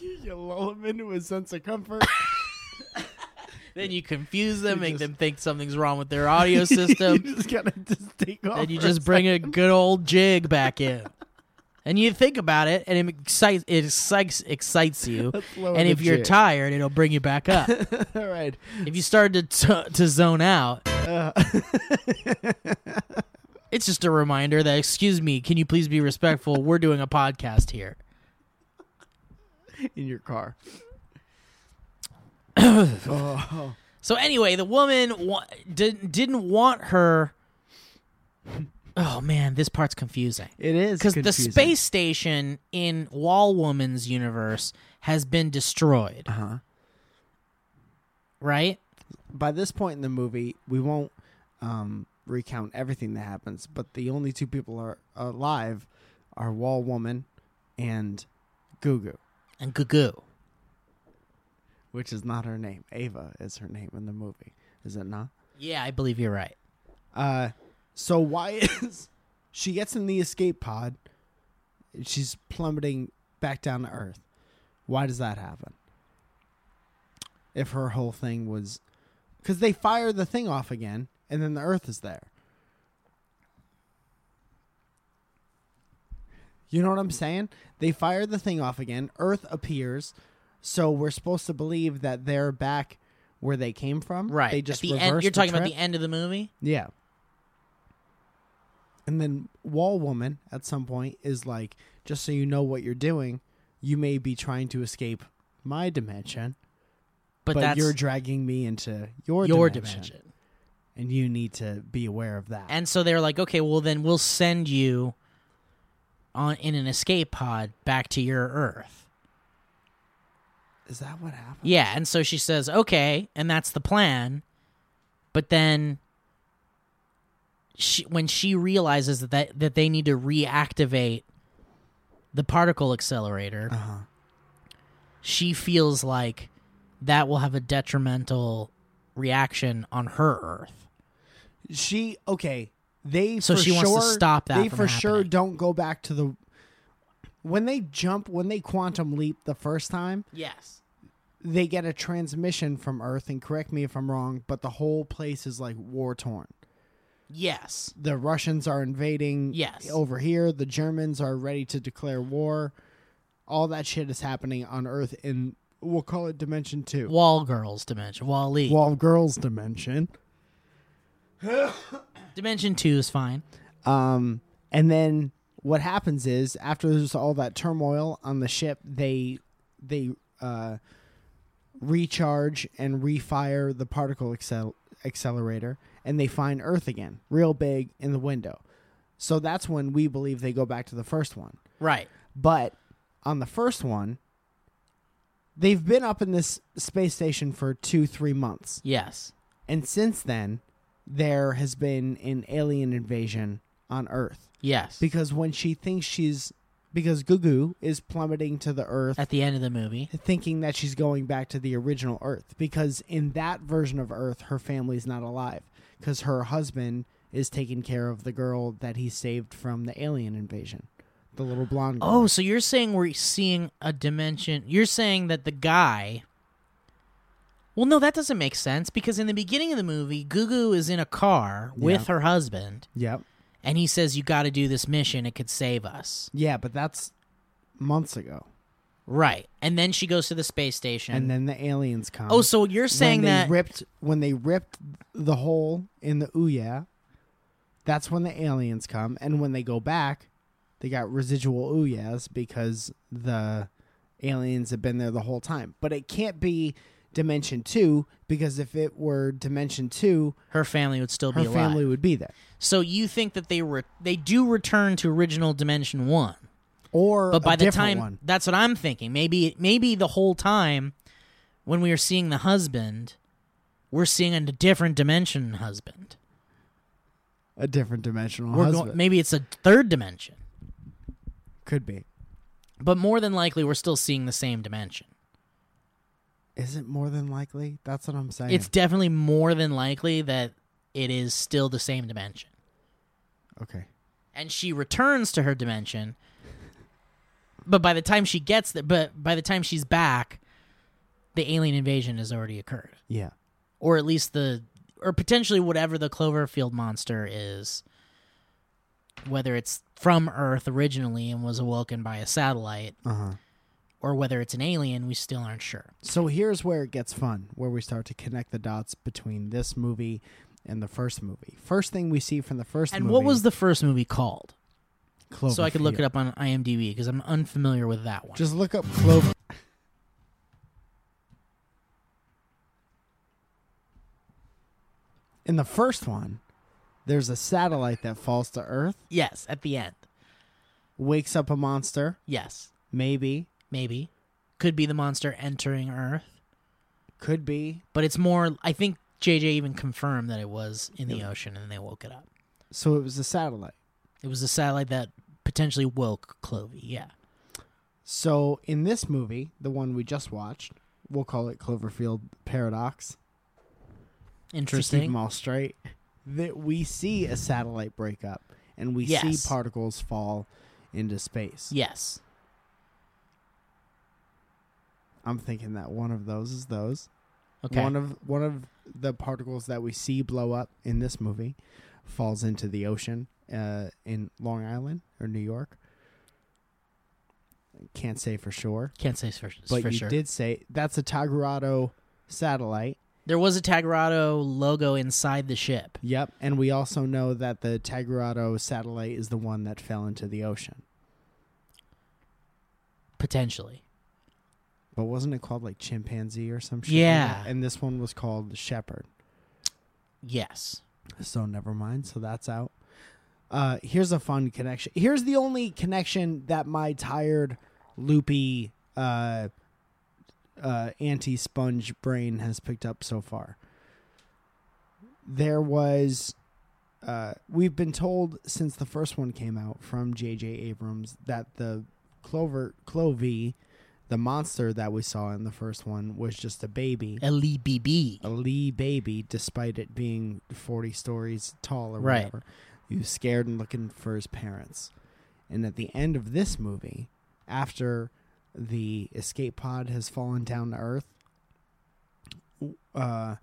Speaker 3: you lull him into a sense of comfort.
Speaker 2: then you confuse them,
Speaker 3: You
Speaker 2: make
Speaker 3: just-
Speaker 2: them think something's wrong with their audio system,
Speaker 3: you just gotta just take off.
Speaker 2: and you
Speaker 3: for a
Speaker 2: just bring a
Speaker 3: second.
Speaker 2: good old jig back in. And you think about it, and it excites it excites, excites you.
Speaker 3: Let's lower
Speaker 2: And
Speaker 3: the
Speaker 2: if you're
Speaker 3: jig.
Speaker 2: tired, it'll bring you back up.
Speaker 3: All right.
Speaker 2: if you start to t- to zone out,
Speaker 3: Uh,
Speaker 2: it's just a reminder that excuse me, can you please be respectful? We're doing a podcast here.
Speaker 3: in your car. oh,
Speaker 2: So anyway, the woman wa- did, didn't want her. Oh man, this part's confusing
Speaker 3: it is
Speaker 2: because the
Speaker 3: confusing.
Speaker 2: space station in Wall Woman's universe has been destroyed,
Speaker 3: Uh-huh.
Speaker 2: right?
Speaker 3: By this point in the movie, we won't um, recount everything that happens, but the only two people are alive are Wall Woman and Gugu,
Speaker 2: And Goo
Speaker 3: which is not her name. Ava is her name in the movie, is it not?
Speaker 2: Yeah, I believe you're right.
Speaker 3: Uh, so why is she gets in the escape pod? She's plummeting back down to Earth. Why does that happen? If her whole thing was, because they fire the thing off again, and then the Earth is there. You know what I'm saying? They fire the thing off again. Earth appears, so we're supposed to believe that they're back where they came from.
Speaker 2: Right.
Speaker 3: They
Speaker 2: At
Speaker 3: just
Speaker 2: the
Speaker 3: reversed
Speaker 2: end. You're talking about
Speaker 3: trip.
Speaker 2: the end of the movie.
Speaker 3: Yeah. And then Wall Woman at some point is like, just so you know what you're doing, you may be trying to escape my dimension,
Speaker 2: But,
Speaker 3: but,
Speaker 2: that's
Speaker 3: you're dragging me into your,
Speaker 2: your
Speaker 3: dimension,
Speaker 2: dimension.
Speaker 3: And you need to be aware of that.
Speaker 2: And so they're like, okay, well then we'll send you on in an escape pod back to your Earth.
Speaker 3: is that what happened?
Speaker 2: Yeah, and so she says, okay, and that's the plan. But then she, when she realizes that, that that they need to reactivate the particle accelerator,
Speaker 3: Uh-huh.
Speaker 2: she feels like that will have a detrimental reaction on her Earth.
Speaker 3: She okay. They
Speaker 2: So
Speaker 3: for
Speaker 2: she
Speaker 3: sure,
Speaker 2: wants to stop that
Speaker 3: They
Speaker 2: from
Speaker 3: for sure
Speaker 2: happening.
Speaker 3: don't go back to the when they jump when they quantum leap the first time.
Speaker 2: Yes.
Speaker 3: they get a transmission from Earth, and correct me if I'm wrong, but the whole place is like war torn.
Speaker 2: Yes.
Speaker 3: The Russians are invading
Speaker 2: Yes.
Speaker 3: over here, the Germans are ready to declare war. All that shit is happening on Earth in we'll call it dimension two.
Speaker 2: Wall girls dimension. Wall Lee.
Speaker 3: Wall girls dimension.
Speaker 2: dimension two is fine.
Speaker 3: Um and then what happens is after there's all that turmoil on the ship, they they uh recharge and refire the particle accel- accelerator and they find earth again real big in the window so that's when we believe they go back to the first one
Speaker 2: Right.
Speaker 3: but on the first one they've been up in this space station for two three months
Speaker 2: Yes.
Speaker 3: and since then there has been an alien invasion on earth
Speaker 2: Yes.
Speaker 3: because when she thinks she's because gugu is plummeting to the earth
Speaker 2: At the end of the movie.
Speaker 3: thinking that she's going back to the original Earth because in that version of Earth, her family's not alive because her husband is taking care of the girl that he saved from the alien invasion, the little blonde girl.
Speaker 2: Oh, so you're saying we're seeing a dimension. You're saying that the guy. Well, no, that doesn't make sense because in the beginning of the movie, Gugu is in a car with
Speaker 3: Yeah.
Speaker 2: her husband
Speaker 3: yep,
Speaker 2: and he says, You got to do this mission. It could save us.
Speaker 3: yeah, but that's months ago,
Speaker 2: Right. And then she goes to the space station.
Speaker 3: and then the aliens come.
Speaker 2: oh, so you're
Speaker 3: When
Speaker 2: saying
Speaker 3: they
Speaker 2: that.
Speaker 3: ripped when they ripped the hole in the Ouya, that's when the aliens come, and when they go back, they got residual Ouyas because the aliens have been there the whole time. But it can't be Dimension Two because if it were Dimension Two,
Speaker 2: her family would still
Speaker 3: her
Speaker 2: be alive.
Speaker 3: family would be there.
Speaker 2: So you think that they were they do return to original dimension one,
Speaker 3: Or
Speaker 2: but by
Speaker 3: a
Speaker 2: the
Speaker 3: different
Speaker 2: time
Speaker 3: one.
Speaker 2: that's what I'm thinking. Maybe maybe the whole time when we are seeing the husband, we're seeing a different dimension husband.
Speaker 3: A different dimensional
Speaker 2: We're
Speaker 3: husband.
Speaker 2: going, maybe it's a third dimension,
Speaker 3: Could be.
Speaker 2: but more than likely, we're still seeing the same dimension.
Speaker 3: Is it more than likely? That's what I'm saying.
Speaker 2: It's definitely more than likely that it is still the same dimension.
Speaker 3: okay.
Speaker 2: and she returns to her dimension. But by the time she gets there, but by the time she's back, the alien invasion has already occurred,
Speaker 3: Yeah.
Speaker 2: or at least the, or potentially whatever the Cloverfield monster is, whether it's from Earth originally and was awoken by a satellite,
Speaker 3: Uh huh.
Speaker 2: or whether it's an alien, we still aren't sure.
Speaker 3: So here's where it gets fun, where we start to connect the dots between this movie and the first movie. First thing we see from the first
Speaker 2: And
Speaker 3: movie.
Speaker 2: what was the first movie called?
Speaker 3: Cloverfield.
Speaker 2: So I could look it up on IMDb because I'm unfamiliar with that one.
Speaker 3: Just look up Clover. In the first one, there's a satellite that falls to Earth,
Speaker 2: yes, at the end.
Speaker 3: wakes up a monster,
Speaker 2: Yes,
Speaker 3: maybe,
Speaker 2: maybe could be the monster entering Earth.
Speaker 3: could be.
Speaker 2: but it's more i think jj even confirmed that it was in the ocean and they woke it up
Speaker 3: So it was a satellite.
Speaker 2: it was a satellite that potentially woke clovey yeah
Speaker 3: So in this movie, the one we just watched, we'll call it Cloverfield Paradox. To keep them
Speaker 2: interesting
Speaker 3: all straight. That we see a satellite break up and we
Speaker 2: Yes.
Speaker 3: see particles fall into space.
Speaker 2: yes
Speaker 3: I'm thinking that one of those is those.
Speaker 2: okay
Speaker 3: One of one of the particles that we see blow up in this movie falls into the ocean uh, in Long Island or New York. Can't say for sure,
Speaker 2: can't say for,
Speaker 3: but
Speaker 2: for
Speaker 3: you
Speaker 2: sure
Speaker 3: did say that's a Tagurado satellite.
Speaker 2: there was a tagarado logo inside the ship
Speaker 3: Yep, and we also know that the Tagurado satellite is the one that fell into the ocean.
Speaker 2: potentially
Speaker 3: But wasn't it called like chimpanzee or some shit? like
Speaker 2: Yeah.
Speaker 3: that? and this one was called Shepherd.
Speaker 2: yes
Speaker 3: So never mind. So that's out. Uh, here's a fun connection. Here's the only connection that my tired, loopy, uh, uh, anti sponge brain has picked up so far. There was, uh, we've been told since the first one came out from J.J. Abrams that the Clover Clovey, the monster that we saw in the first one, was just a baby
Speaker 2: E l-e-b-b
Speaker 3: a Lee baby, despite it being 40 stories tall or
Speaker 2: Right.
Speaker 3: whatever. He was scared and looking for his parents. And at the end of this movie, after the escape pod has fallen down to Earth, uh,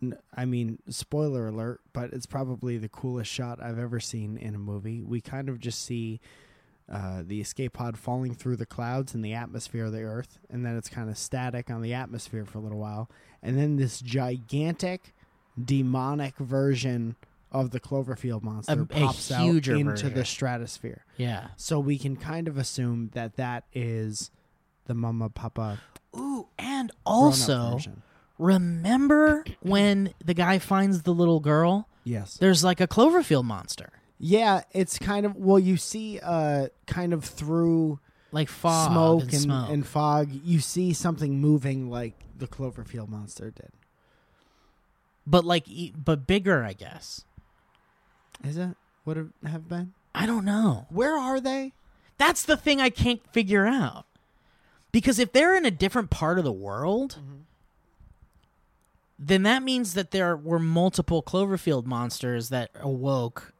Speaker 3: n- I mean, spoiler alert, but it's probably the coolest shot I've ever seen in a movie. We kind of just see uh, the escape pod falling through the clouds in the atmosphere of the Earth, and then it's kind of static on the atmosphere for a little while, and then this gigantic, demonic version of the Cloverfield monster
Speaker 2: A- a
Speaker 3: pops out
Speaker 2: huger
Speaker 3: into
Speaker 2: version.
Speaker 3: the stratosphere.
Speaker 2: yeah
Speaker 3: So we can kind of assume that that is the Mama Papa
Speaker 2: ooh and
Speaker 3: grown-up
Speaker 2: also
Speaker 3: version.
Speaker 2: remember when the guy finds the little girl
Speaker 3: Yes.
Speaker 2: there's like a cloverfield monster
Speaker 3: Yeah, it's kind of well. You see, uh, kind of through
Speaker 2: like fog
Speaker 3: smoke
Speaker 2: and, smoke
Speaker 3: and fog, you see something moving like the Cloverfield monster did.
Speaker 2: but like e- but bigger i guess
Speaker 3: Is it? Would it have been?
Speaker 2: i don't know
Speaker 3: Where are they?
Speaker 2: that's the thing i can't figure out because if they're in a different part of the world then that means that there were multiple cloverfield monsters that awoke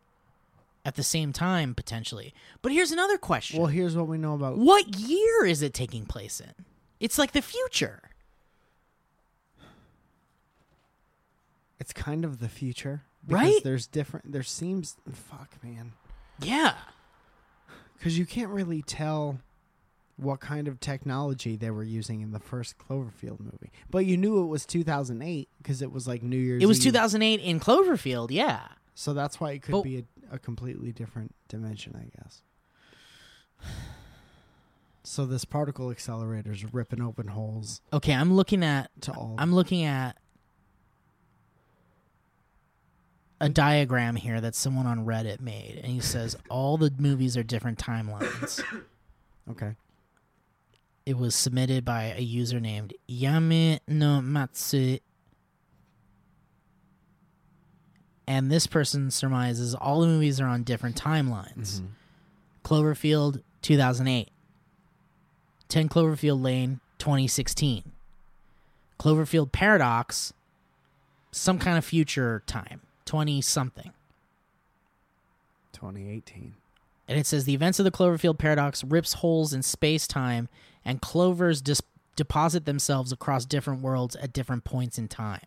Speaker 2: at the same time potentially but here's another question
Speaker 3: Well, here's what we know about.
Speaker 2: what year is it taking place in it's like the future
Speaker 3: It's kind of the future,
Speaker 2: Right?
Speaker 3: because There's different. There seems fuck, man,
Speaker 2: yeah
Speaker 3: because you can't really tell what kind of technology they were using in the first Cloverfield movie. But you knew it was 2008 because it was like New Year's.
Speaker 2: it was
Speaker 3: Eve.
Speaker 2: 2008 in cloverfield yeah
Speaker 3: So that's why it could
Speaker 2: But-
Speaker 3: be a, a completely different dimension, I guess. So this particle accelerator is ripping open holes
Speaker 2: okay i'm looking at
Speaker 3: to all.
Speaker 2: I'm looking at a diagram here that someone on Reddit made, and he says all the movies are different timelines.
Speaker 3: okay.
Speaker 2: It was submitted by a user named Yami no Matsu. And this person surmises all the movies are on different timelines. Cloverfield 2008. 10 Cloverfield Lane 2016. Cloverfield Paradox some kind of future time, 20 something.
Speaker 3: 2018.
Speaker 2: and it says the events of the Cloverfield paradox rips holes in space-time and clovers dis- deposit themselves across different worlds at different points in time.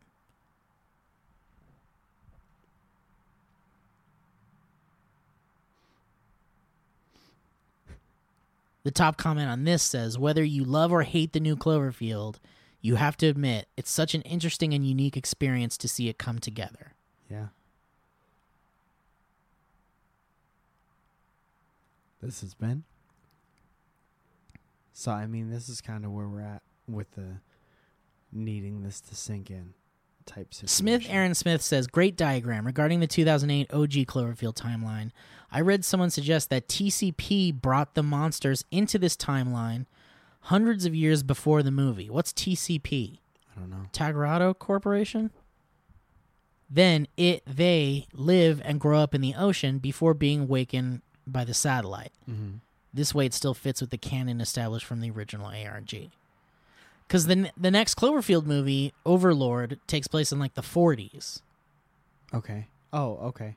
Speaker 2: The top comment on this says whether you love or hate the new Cloverfield, you have to admit it's such an interesting and unique experience to see it come together.
Speaker 3: Yeah. This has been. So I mean, this is kind of where we're at with the needing this to sink in type situation.
Speaker 2: Smith Aaron Smith says great diagram regarding the 2008 OG Cloverfield timeline. I read someone suggest that TCP brought the monsters into this timeline hundreds of years before the movie. What's TCP?
Speaker 3: I don't know.
Speaker 2: Tagarado Corporation? Then it they live and grow up in the ocean before being awakened by the satellite.
Speaker 3: Mm-hmm.
Speaker 2: This way, it still fits with the canon established from the original ARG. Because the n- the next Cloverfield movie, Overlord, takes place in like the 40s.
Speaker 3: Okay. Oh, okay.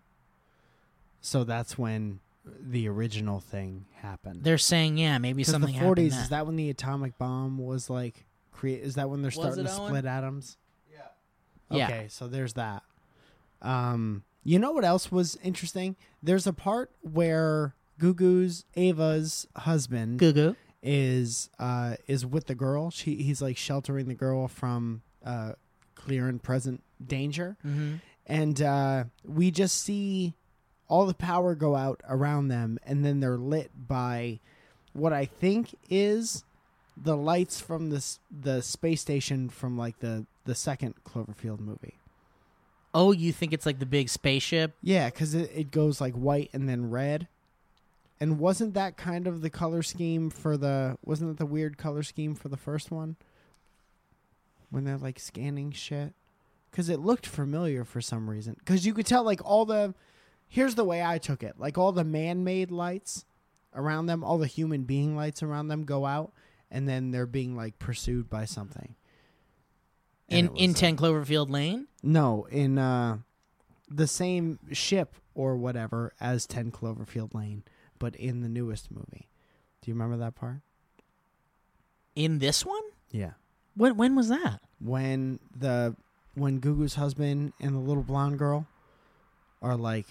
Speaker 3: So that's when the original thing happened.
Speaker 2: They're saying, yeah, maybe
Speaker 3: 'Cause
Speaker 2: something
Speaker 3: the
Speaker 2: happened.
Speaker 3: forties
Speaker 2: then.
Speaker 3: is that when the atomic bomb was like create? Is that when they're starting
Speaker 2: it,
Speaker 3: to
Speaker 2: Owen?
Speaker 3: split atoms?
Speaker 2: Yeah.
Speaker 3: Okay, so there's that. Um, you know what else was interesting? There's a part where Gugu's Ava's husband
Speaker 2: Goo goo.
Speaker 3: is uh is with the girl. She he's like sheltering the girl from uh clear and present danger. And uh we just see all the power go out around them and then they're lit by what I think is the lights from this the space station from like the the second Cloverfield movie.
Speaker 2: Oh, you think it's like the big spaceship?
Speaker 3: Yeah, because it, it goes like white and then red. And wasn't that kind of the color scheme for the? Wasn't that the weird color scheme for the first one? When they're like scanning shit, because it looked familiar for some reason. Because you could tell like all the. Here's the way I took it: like all the man-made lights around them, all the human being lights around them go out, and then they're being like pursued by something. And
Speaker 2: In
Speaker 3: it was, uh,
Speaker 2: in
Speaker 3: like-
Speaker 2: 10 Cloverfield Lane?
Speaker 3: no, in uh, the same ship or whatever as 10 Cloverfield Lane, but in the newest movie. Do you remember that part?
Speaker 2: In this one?
Speaker 3: Yeah.
Speaker 2: What when was that?
Speaker 3: When the when Gugu's husband and the little blonde girl are like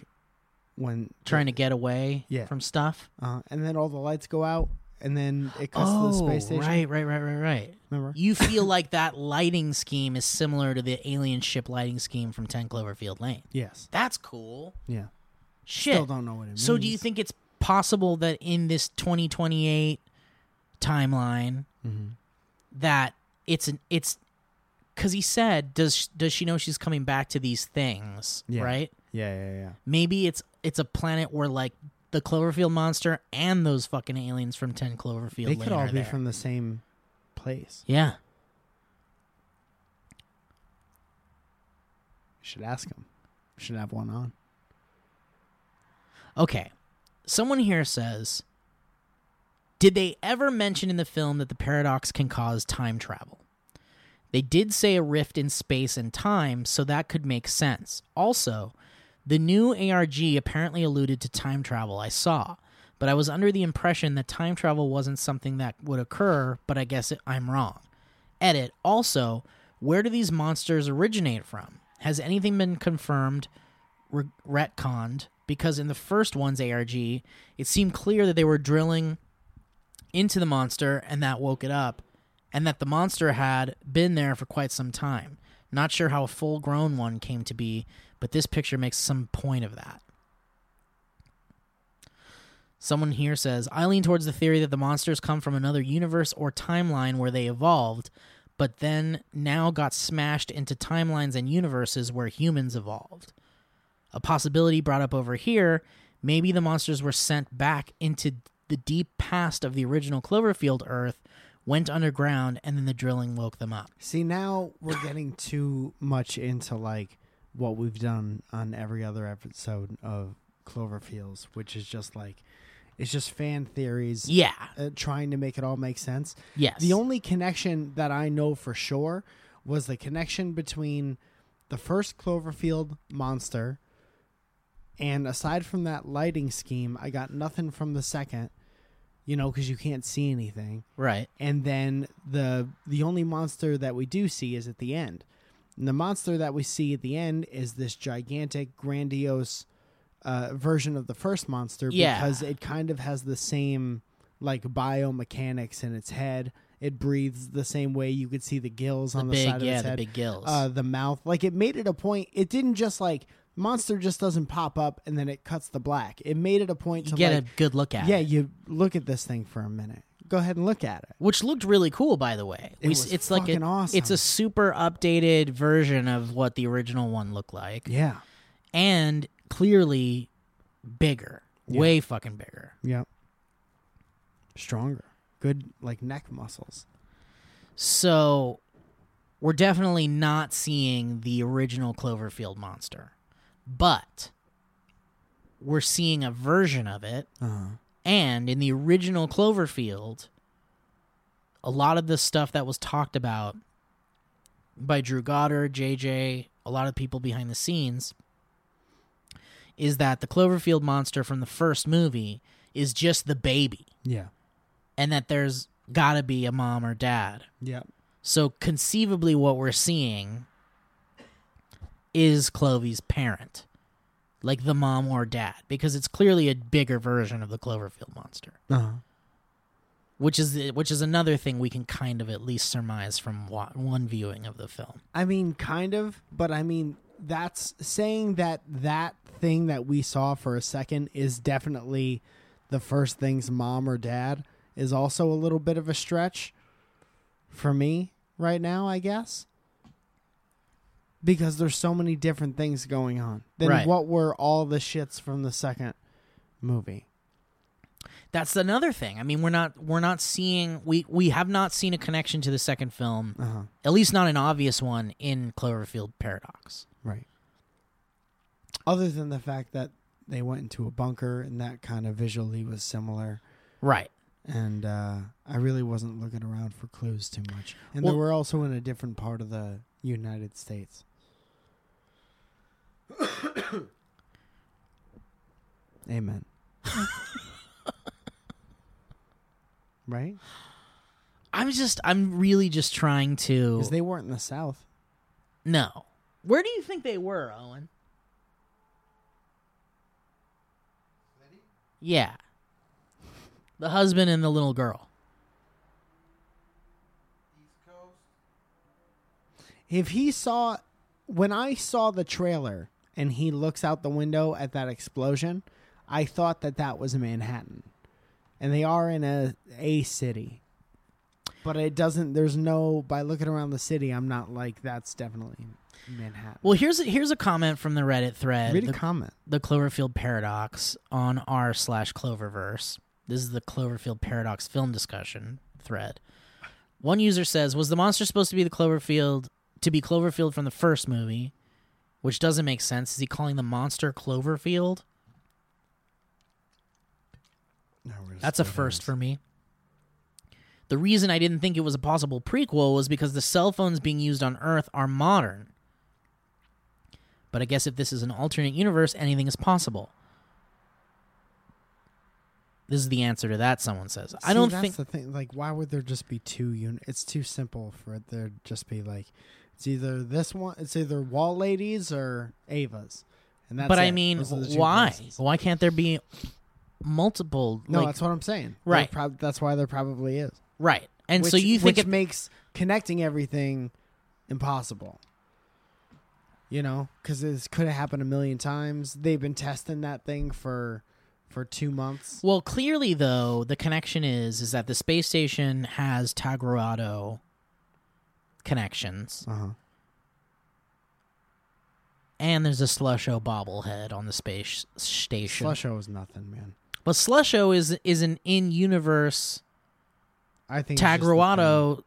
Speaker 3: when
Speaker 2: Trying to get away
Speaker 3: Yeah.
Speaker 2: from stuff?
Speaker 3: uh, and then all the lights go out and then it cuts to the space station.
Speaker 2: Oh, right, right, right, right, right.
Speaker 3: Remember?
Speaker 2: You feel like that lighting scheme is similar to the alien ship lighting scheme from 10 Cloverfield Lane.
Speaker 3: Yes.
Speaker 2: That's cool.
Speaker 3: Yeah.
Speaker 2: Shit.
Speaker 3: Still don't know what it means.
Speaker 2: So do you think it's possible that in this 2028 timeline
Speaker 3: Mm-hmm.
Speaker 2: that it's an it's cuz he said does sh- does she know she's coming back to these things,
Speaker 3: Yeah.
Speaker 2: right?
Speaker 3: Yeah, yeah, yeah.
Speaker 2: Maybe it's it's a planet where like the Cloverfield monster and those fucking aliens from 10 Cloverfield
Speaker 3: They
Speaker 2: Lane
Speaker 3: could all
Speaker 2: are
Speaker 3: be
Speaker 2: there.
Speaker 3: from the same place.
Speaker 2: Yeah.
Speaker 3: Should ask them. Should have one on.
Speaker 2: Okay. Someone here says Did they ever mention in the film that the paradox can cause time travel? They did say a rift in space and time, so that could make sense. Also, the new ARG apparently alluded to time travel I saw, but I was under the impression that time travel wasn't something that would occur, but I guess it, I'm wrong. Edit. Also, where do these monsters originate from? Has anything been confirmed, re- retconned? Because in the first one's ARG, it seemed clear that they were drilling into the monster and that woke it up, and that the monster had been there for quite some time. Not sure how a full grown one came to be, but this picture makes some point of that. Someone here says, I lean towards the theory that the monsters come from another universe or timeline where they evolved, but then now got smashed into timelines and universes where humans evolved. A possibility brought up over here maybe the monsters were sent back into the deep past of the original Cloverfield Earth went underground, and then the drilling woke them up.
Speaker 3: See, now we're getting too much into like what we've done on every other episode of Cloverfields, which is just like it's just fan theories
Speaker 2: Yeah.
Speaker 3: uh, trying to make it all make sense.
Speaker 2: Yes.
Speaker 3: The only connection that I know for sure was the connection between the first Cloverfield monster and aside from that lighting scheme, I got nothing from the second, you know, cuz you can't see anything
Speaker 2: right.
Speaker 3: and then the the only monster that we do see is at the end. And the monster that we see at the end is this gigantic, grandiose uh, version of the first monster
Speaker 2: Yeah.
Speaker 3: because it kind of has the same like biomechanics in its head. It breathes the same way. You could see the gills on the
Speaker 2: big-
Speaker 3: side of
Speaker 2: yeah,
Speaker 3: its
Speaker 2: the
Speaker 3: head,
Speaker 2: big gills.
Speaker 3: uh, the mouth. Like it made it a point. It didn't just like monster just doesn't pop up and then it cuts the black. It made it a point
Speaker 2: You
Speaker 3: to
Speaker 2: get
Speaker 3: like,
Speaker 2: a good look at
Speaker 3: yeah,
Speaker 2: it.
Speaker 3: you look at this thing for a minute. Go ahead and look at it.
Speaker 2: Which looked really cool, by the way.
Speaker 3: It
Speaker 2: s-
Speaker 3: was
Speaker 2: it's like
Speaker 3: fucking
Speaker 2: a,
Speaker 3: awesome.
Speaker 2: it's a super updated version of what the original one looked like,
Speaker 3: Yeah.
Speaker 2: and clearly bigger, way fucking bigger.
Speaker 3: Yeah. Stronger. Good like neck muscles.
Speaker 2: So we're definitely not seeing the original Cloverfield monster, but we're seeing a version of it.
Speaker 3: Uh-huh.
Speaker 2: And in the original Cloverfield, a lot of the stuff that was talked about by Drew Goddard, JJ, a lot of people behind the scenes is that the Cloverfield monster from the first movie is just the baby
Speaker 3: Yeah.
Speaker 2: and that there's got to be a mom or dad
Speaker 3: Yeah.
Speaker 2: so conceivably, what we're seeing is Clovey's parent, like the mom or dad, because it's clearly a bigger version of the Cloverfield monster,
Speaker 3: Uh-huh.
Speaker 2: which is which is another thing we can kind of at least surmise from wa- one viewing of the film.
Speaker 3: I mean kind of, but I mean that's saying that that thing that we saw for a second is definitely the first thing's mom or dad is also a little bit of a stretch for me right now, I guess. Because there's so many different things going on. Then
Speaker 2: Right.
Speaker 3: what were all the shits from the second movie?
Speaker 2: That's another thing. I mean, we're not we're not seeing we we have not seen a connection to the second film,
Speaker 3: Uh-huh.
Speaker 2: at least not an obvious one in Cloverfield Paradox.
Speaker 3: Right. Other than the fact that they went into a bunker and that kind of visually was similar.
Speaker 2: Right.
Speaker 3: And uh, I really wasn't looking around for clues too much. And
Speaker 2: Well-
Speaker 3: they were also in a different part of the United States. Amen. right?
Speaker 2: I'm just I'm really just trying to
Speaker 3: Because they weren't in the South.
Speaker 2: No. Where do you think they were, Owen? Yeah. The husband and the little girl.
Speaker 3: if he saw when I saw the trailer and he looks out the window at that explosion, I thought that that was Manhattan, and they are in a a city, but it doesn't. There's no by looking around the city. I'm not like that's definitely Manhattan.
Speaker 2: Well, here's a, here's a comment from the Reddit thread,
Speaker 3: Read a
Speaker 2: the,
Speaker 3: comment.
Speaker 2: the Cloverfield Paradox on r slash Cloververse. This is the Cloverfield Paradox film discussion thread. One user says, "Was the monster supposed to be the Cloverfield to be Cloverfield from the first movie?" Which doesn't make sense. Is he calling the monster Cloverfield? That's a first for me. The reason I didn't think it was a possible prequel was because the cell phones being used on Earth are modern. But I guess if this is an alternate universe, anything is possible. This is the answer to that, someone says. I
Speaker 3: See,
Speaker 2: don't
Speaker 3: that's
Speaker 2: think.
Speaker 3: the thing. Like, why would there just be two units? It's too simple for it. There just be like, it's either this one. It's either Wall Ladies or Avas, and that's.
Speaker 2: but I
Speaker 3: it.
Speaker 2: mean,
Speaker 3: Those are the two
Speaker 2: why?
Speaker 3: places.
Speaker 2: Why can't there be multiple?
Speaker 3: No,
Speaker 2: like-
Speaker 3: that's what I'm saying. There
Speaker 2: Right.
Speaker 3: prob- that's why there probably is.
Speaker 2: right. And
Speaker 3: which,
Speaker 2: so you think
Speaker 3: which
Speaker 2: it,
Speaker 3: makes connecting everything impossible. You know, because this could have happened a million times. They've been testing that thing for for two months.
Speaker 2: Well, clearly though, the connection is is that the space station has Tagarado connections,
Speaker 3: Uh huh.
Speaker 2: and there's a Slusho bobblehead on the space station.
Speaker 3: Slusho is nothing, man.
Speaker 2: But Slusho is is an in universe
Speaker 3: I think it's just the thing.
Speaker 2: Tagruado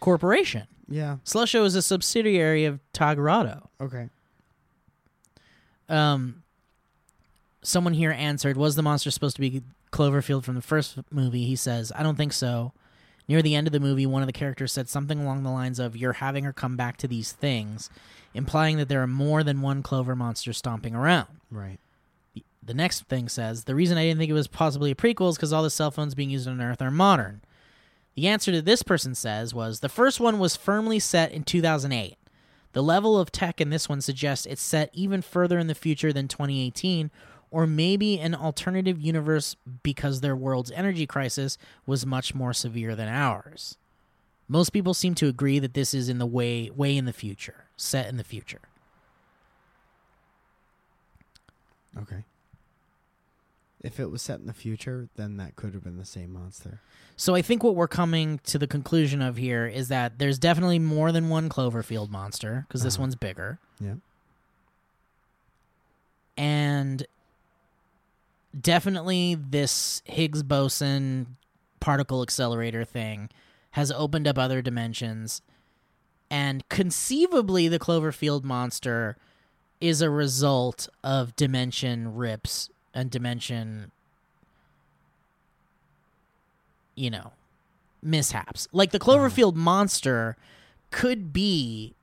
Speaker 2: Corporation.
Speaker 3: Yeah.
Speaker 2: Slusho is a subsidiary of Tagruado.
Speaker 3: Okay.
Speaker 2: Um, someone here answered, "Was the monster supposed to be Cloverfield from the first movie?" He says, "I don't think so." Near the end of the movie, one of the characters said something along the lines of, "You're having her come back to these things," implying that there are more than one Clover monster stomping around.
Speaker 3: Right.
Speaker 2: The next thing says, "The reason I didn't think it was possibly a prequel is because all the cell phones being used on Earth are modern." The answer to this person says was the first one was firmly set in 2008. The level of tech in this one suggests it's set even further in the future than 2018, or maybe an alternative universe because their world's energy crisis was much more severe than ours. Most people seem to agree that this is in the way way in the future, set in the future.
Speaker 3: Okay. If it was set in the future, then that could have been the same monster.
Speaker 2: So I think what we're coming to the conclusion of here is that there's definitely more than one Cloverfield monster because this
Speaker 3: Uh-huh.
Speaker 2: one's bigger.
Speaker 3: Yeah.
Speaker 2: and definitely this Higgs boson particle accelerator thing has opened up other dimensions and conceivably the cloverfield monster is a result of dimension rips and dimension you know mishaps like the cloverfield monster could be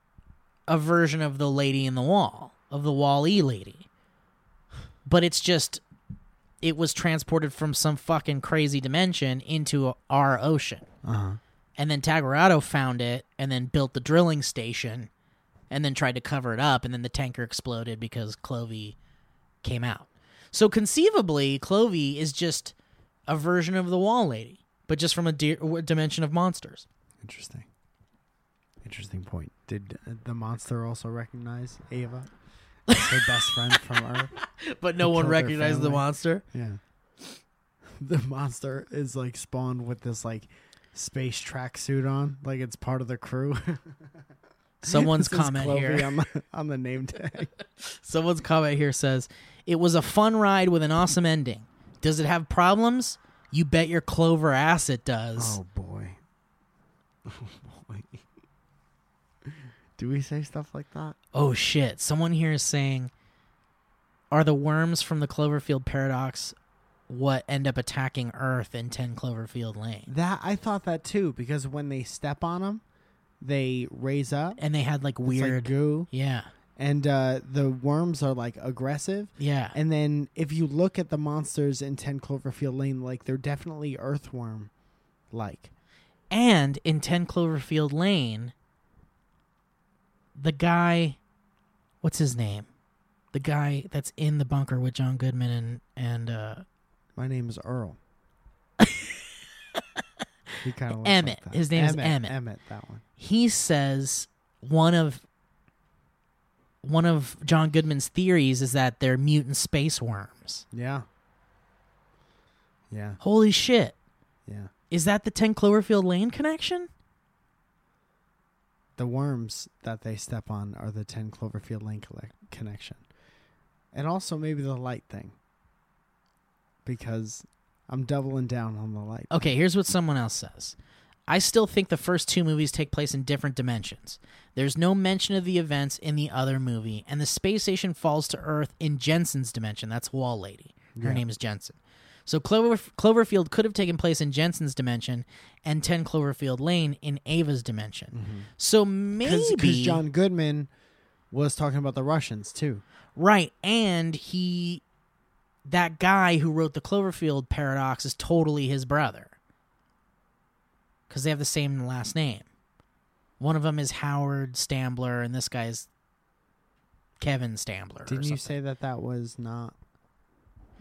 Speaker 2: a version of the lady in the wall of the wall e lady but it's just it was transported from some fucking crazy dimension into our ocean
Speaker 3: Uh huh.
Speaker 2: and then Tagarado found it and then built the drilling station and then tried to cover it up and then the tanker exploded because Clovey came out. So conceivably, Clovey is just a version of the Wall Lady, but just from a di- dimension of monsters.
Speaker 3: Interesting. Interesting point. Did uh, the monster also recognize Ava, as her best friend from Earth?
Speaker 2: But no one
Speaker 3: killed their
Speaker 2: recognized the
Speaker 3: family.
Speaker 2: monster.
Speaker 3: Yeah. The monster is like spawned with this like space tracksuit on, like it's part of the crew.
Speaker 2: Someone's
Speaker 3: This is
Speaker 2: comment
Speaker 3: Clovey
Speaker 2: here.
Speaker 3: on the, on the name tag.
Speaker 2: Someone's comment here says, "It was a fun ride with an awesome ending. Does it have problems? You bet your clover ass it does."
Speaker 3: Oh boy. Oh boy. Do we say stuff like that?
Speaker 2: Oh shit! Someone here is saying, "Are the worms from the Cloverfield paradox what end up attacking Earth in Ten Cloverfield Lane?"
Speaker 3: That I thought that too because when they step on them, they raise up.
Speaker 2: And they had like
Speaker 3: It's like
Speaker 2: weird,
Speaker 3: goo,
Speaker 2: yeah,
Speaker 3: and uh, the worms are like aggressive.
Speaker 2: yeah,
Speaker 3: And then if you look at the monsters in Ten Cloverfield Lane, like they're definitely earthworm, like.
Speaker 2: and in Ten Cloverfield Lane, the guy, what's his name? The guy that's in the bunker with John Goodman and and uh,
Speaker 3: My name is Earl. he kind of
Speaker 2: Emmett.
Speaker 3: Like that.
Speaker 2: His name is Emmett.
Speaker 3: Emmett, that one.
Speaker 2: he says one of one of John Goodman's theories is that they're mutant space worms.
Speaker 3: Yeah. Yeah.
Speaker 2: Holy shit.
Speaker 3: Yeah.
Speaker 2: Is that the 10 Cloverfield Lane connection?
Speaker 3: The worms that they step on are the Ten Cloverfield Lane collect- connection, and also maybe the light thing. Because I'm doubling down on the light.
Speaker 2: Okay, here's what someone else says. I still think the first two movies take place in different dimensions. There's no mention of the events in the other movie, and the space station falls to Earth in Jensen's dimension. That's Wall Lady. Her
Speaker 3: Yeah.
Speaker 2: name is Jensen. So Clover, Cloverfield could have taken place in Jensen's dimension and 10 Cloverfield Lane in Ava's dimension. So maybe.
Speaker 3: because Mm-hmm. John Goodman was talking about the Russians too.
Speaker 2: Right, and he that guy who wrote the Cloverfield paradox is totally his brother. Cuz they have the same last name. One of them is Howard Stambler and this guy's Kevin Stambler. or
Speaker 3: Didn't you
Speaker 2: something.
Speaker 3: say that that was not?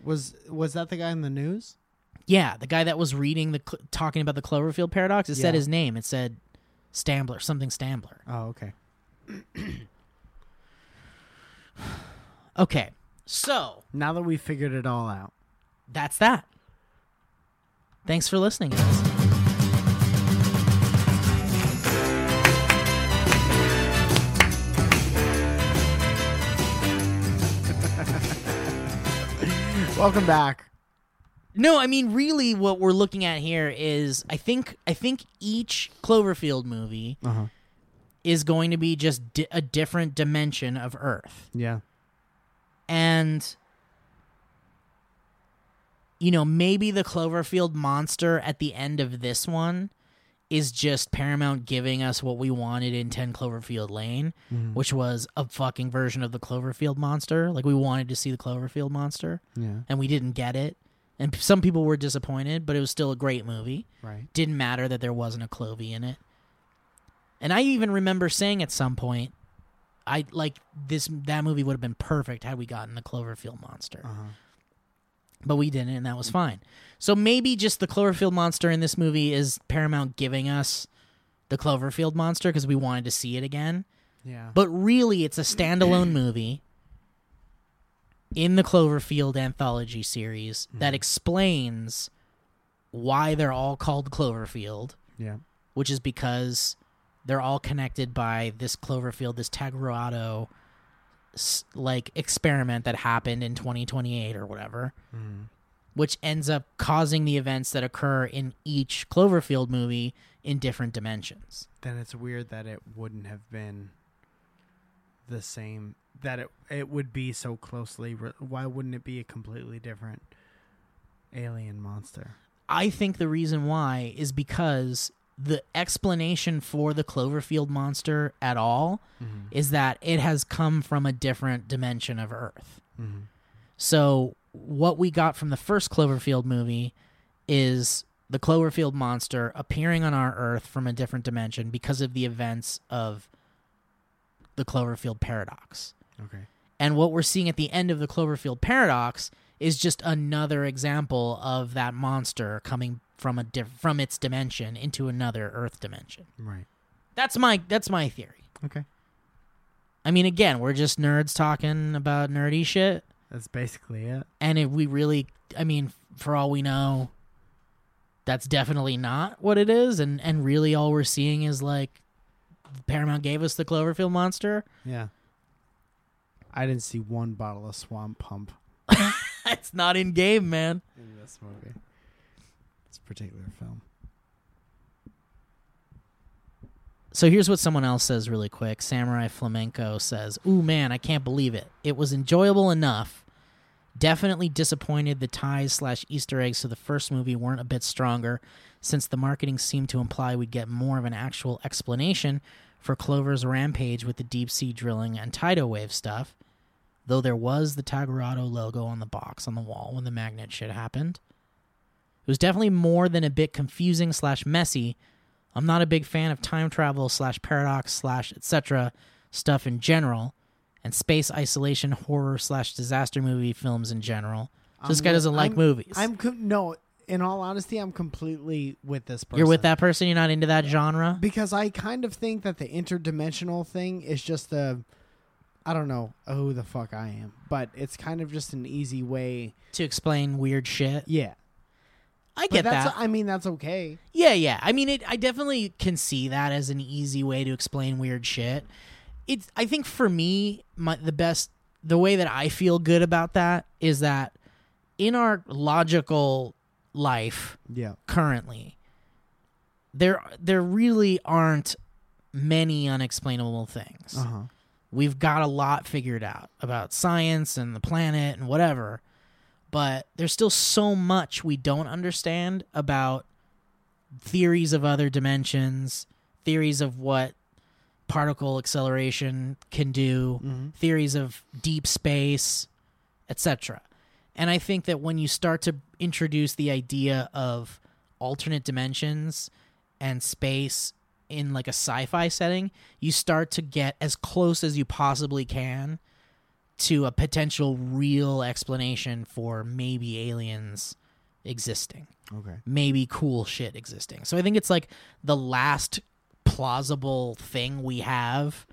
Speaker 3: Was was that the guy in the news?
Speaker 2: Yeah, the guy that was reading the cl- talking about the Cloverfield paradox, it said
Speaker 3: Yeah.
Speaker 2: his name. It said Stambler, something Stambler.
Speaker 3: Oh, okay.
Speaker 2: Okay. So,
Speaker 3: Now that we figured it all out,
Speaker 2: that's that. Thanks for listening, guys.
Speaker 3: welcome back.
Speaker 2: No, I mean really what we're looking at here is I think I think each Cloverfield movie
Speaker 3: Uh-huh.
Speaker 2: is going to be just di- a different dimension of Earth.
Speaker 3: Yeah.
Speaker 2: and you know maybe the cloverfield monster at the end of this one is just paramount giving us what we wanted in 10 cloverfield lane which was a fucking version of the cloverfield monster like we wanted to see the cloverfield monster
Speaker 3: Yeah.
Speaker 2: and we didn't get it and p- some people were disappointed but it was still a great movie
Speaker 3: Right.
Speaker 2: didn't matter that there wasn't a clovey in it. And I even remember saying at some point, I like this that movie would have been perfect had we gotten the Cloverfield monster.
Speaker 3: Uh-huh.
Speaker 2: But we didn't and that was fine. So maybe just the Cloverfield monster in this movie is Paramount giving us the Cloverfield monster because we wanted to see it again.
Speaker 3: Yeah.
Speaker 2: But really it's a standalone movie in the Cloverfield anthology series that explains why they're all called Cloverfield
Speaker 3: yeah.
Speaker 2: which is because they're all connected by this Cloverfield, this Tagruado, s- like experiment that happened in 2028 or whatever, which ends up causing the events that occur in each Cloverfield movie in different dimensions.
Speaker 3: Then it's weird that it wouldn't have been the same that it it would be so closely re- why wouldn't it be a completely different alien monster?
Speaker 2: I think the reason why is because the explanation for the Cloverfield monster at all is that it has come from a different dimension of Earth. Mm-hmm. So, what we got from the first Cloverfield movie is the Cloverfield monster appearing on our Earth from a different dimension because of the events of the Cloverfield paradox.
Speaker 3: Okay.
Speaker 2: And what we're seeing at the end of the Cloverfield paradox is just another example of that monster coming from a diff- from its dimension into another Earth dimension.
Speaker 3: Right.
Speaker 2: That's my that's my theory.
Speaker 3: Okay.
Speaker 2: I mean, again, we're just nerds talking about nerdy shit,
Speaker 3: That's basically it.
Speaker 2: and if we really, I mean, for all we know, that's definitely not what it is, and and really all we're seeing is like Paramount gave us the Cloverfield monster.
Speaker 3: Yeah. I didn't see one bottle of swamp pump
Speaker 2: it's not in game, man.
Speaker 3: in this movie. This particular film.
Speaker 2: So here's what someone else says really quick. Samurai Flamenco says, Ooh, man, I can't believe it. It was enjoyable enough. Definitely disappointed the ties slash Easter eggs to the first movie weren't a bit stronger, since the marketing seemed to imply we'd get more of an actual explanation for Clover's rampage with the deep sea drilling and tidal wave stuff. Though there was the Tagorado logo on the box on the wall when the magnet shit happened. It was definitely more than a bit confusing slash messy, I'm not a big fan of time travel slash paradox slash etc. stuff in general, and space isolation horror slash disaster movie films in general. So this
Speaker 3: I'm
Speaker 2: guy
Speaker 3: with-
Speaker 2: doesn't like
Speaker 3: I'm-
Speaker 2: movies.
Speaker 3: I'm com- no, in all honesty, I'm completely with this person.
Speaker 2: You're with that person. You're not into that genre.
Speaker 3: because I kind of think that the interdimensional thing is just a I don't know who the fuck I am, but it's kind of just an easy way.
Speaker 2: to explain weird shit.
Speaker 3: Yeah.
Speaker 2: I
Speaker 3: But
Speaker 2: get that.
Speaker 3: that's I mean that's okay.
Speaker 2: yeah, yeah. I mean, it. I definitely can see that as an easy way to explain weird shit. It's. I think for me, my the best, the way that I feel good about that is that in our logical life,
Speaker 3: Yeah.
Speaker 2: currently there there really aren't many unexplainable things
Speaker 3: Uh-huh.
Speaker 2: we've got a lot figured out about science and the planet and whatever but there's still so much we don't understand about theories of other dimensions theories of what particle acceleration can do
Speaker 3: Mm-hmm.
Speaker 2: theories of deep space etc and i think that when you start to introduce the idea of alternate dimensions and space in like a sci-fi setting you start to get as close as you possibly can to a potential real explanation for maybe aliens existing
Speaker 3: Okay.
Speaker 2: maybe cool shit existing. So I think it's like the last plausible thing we have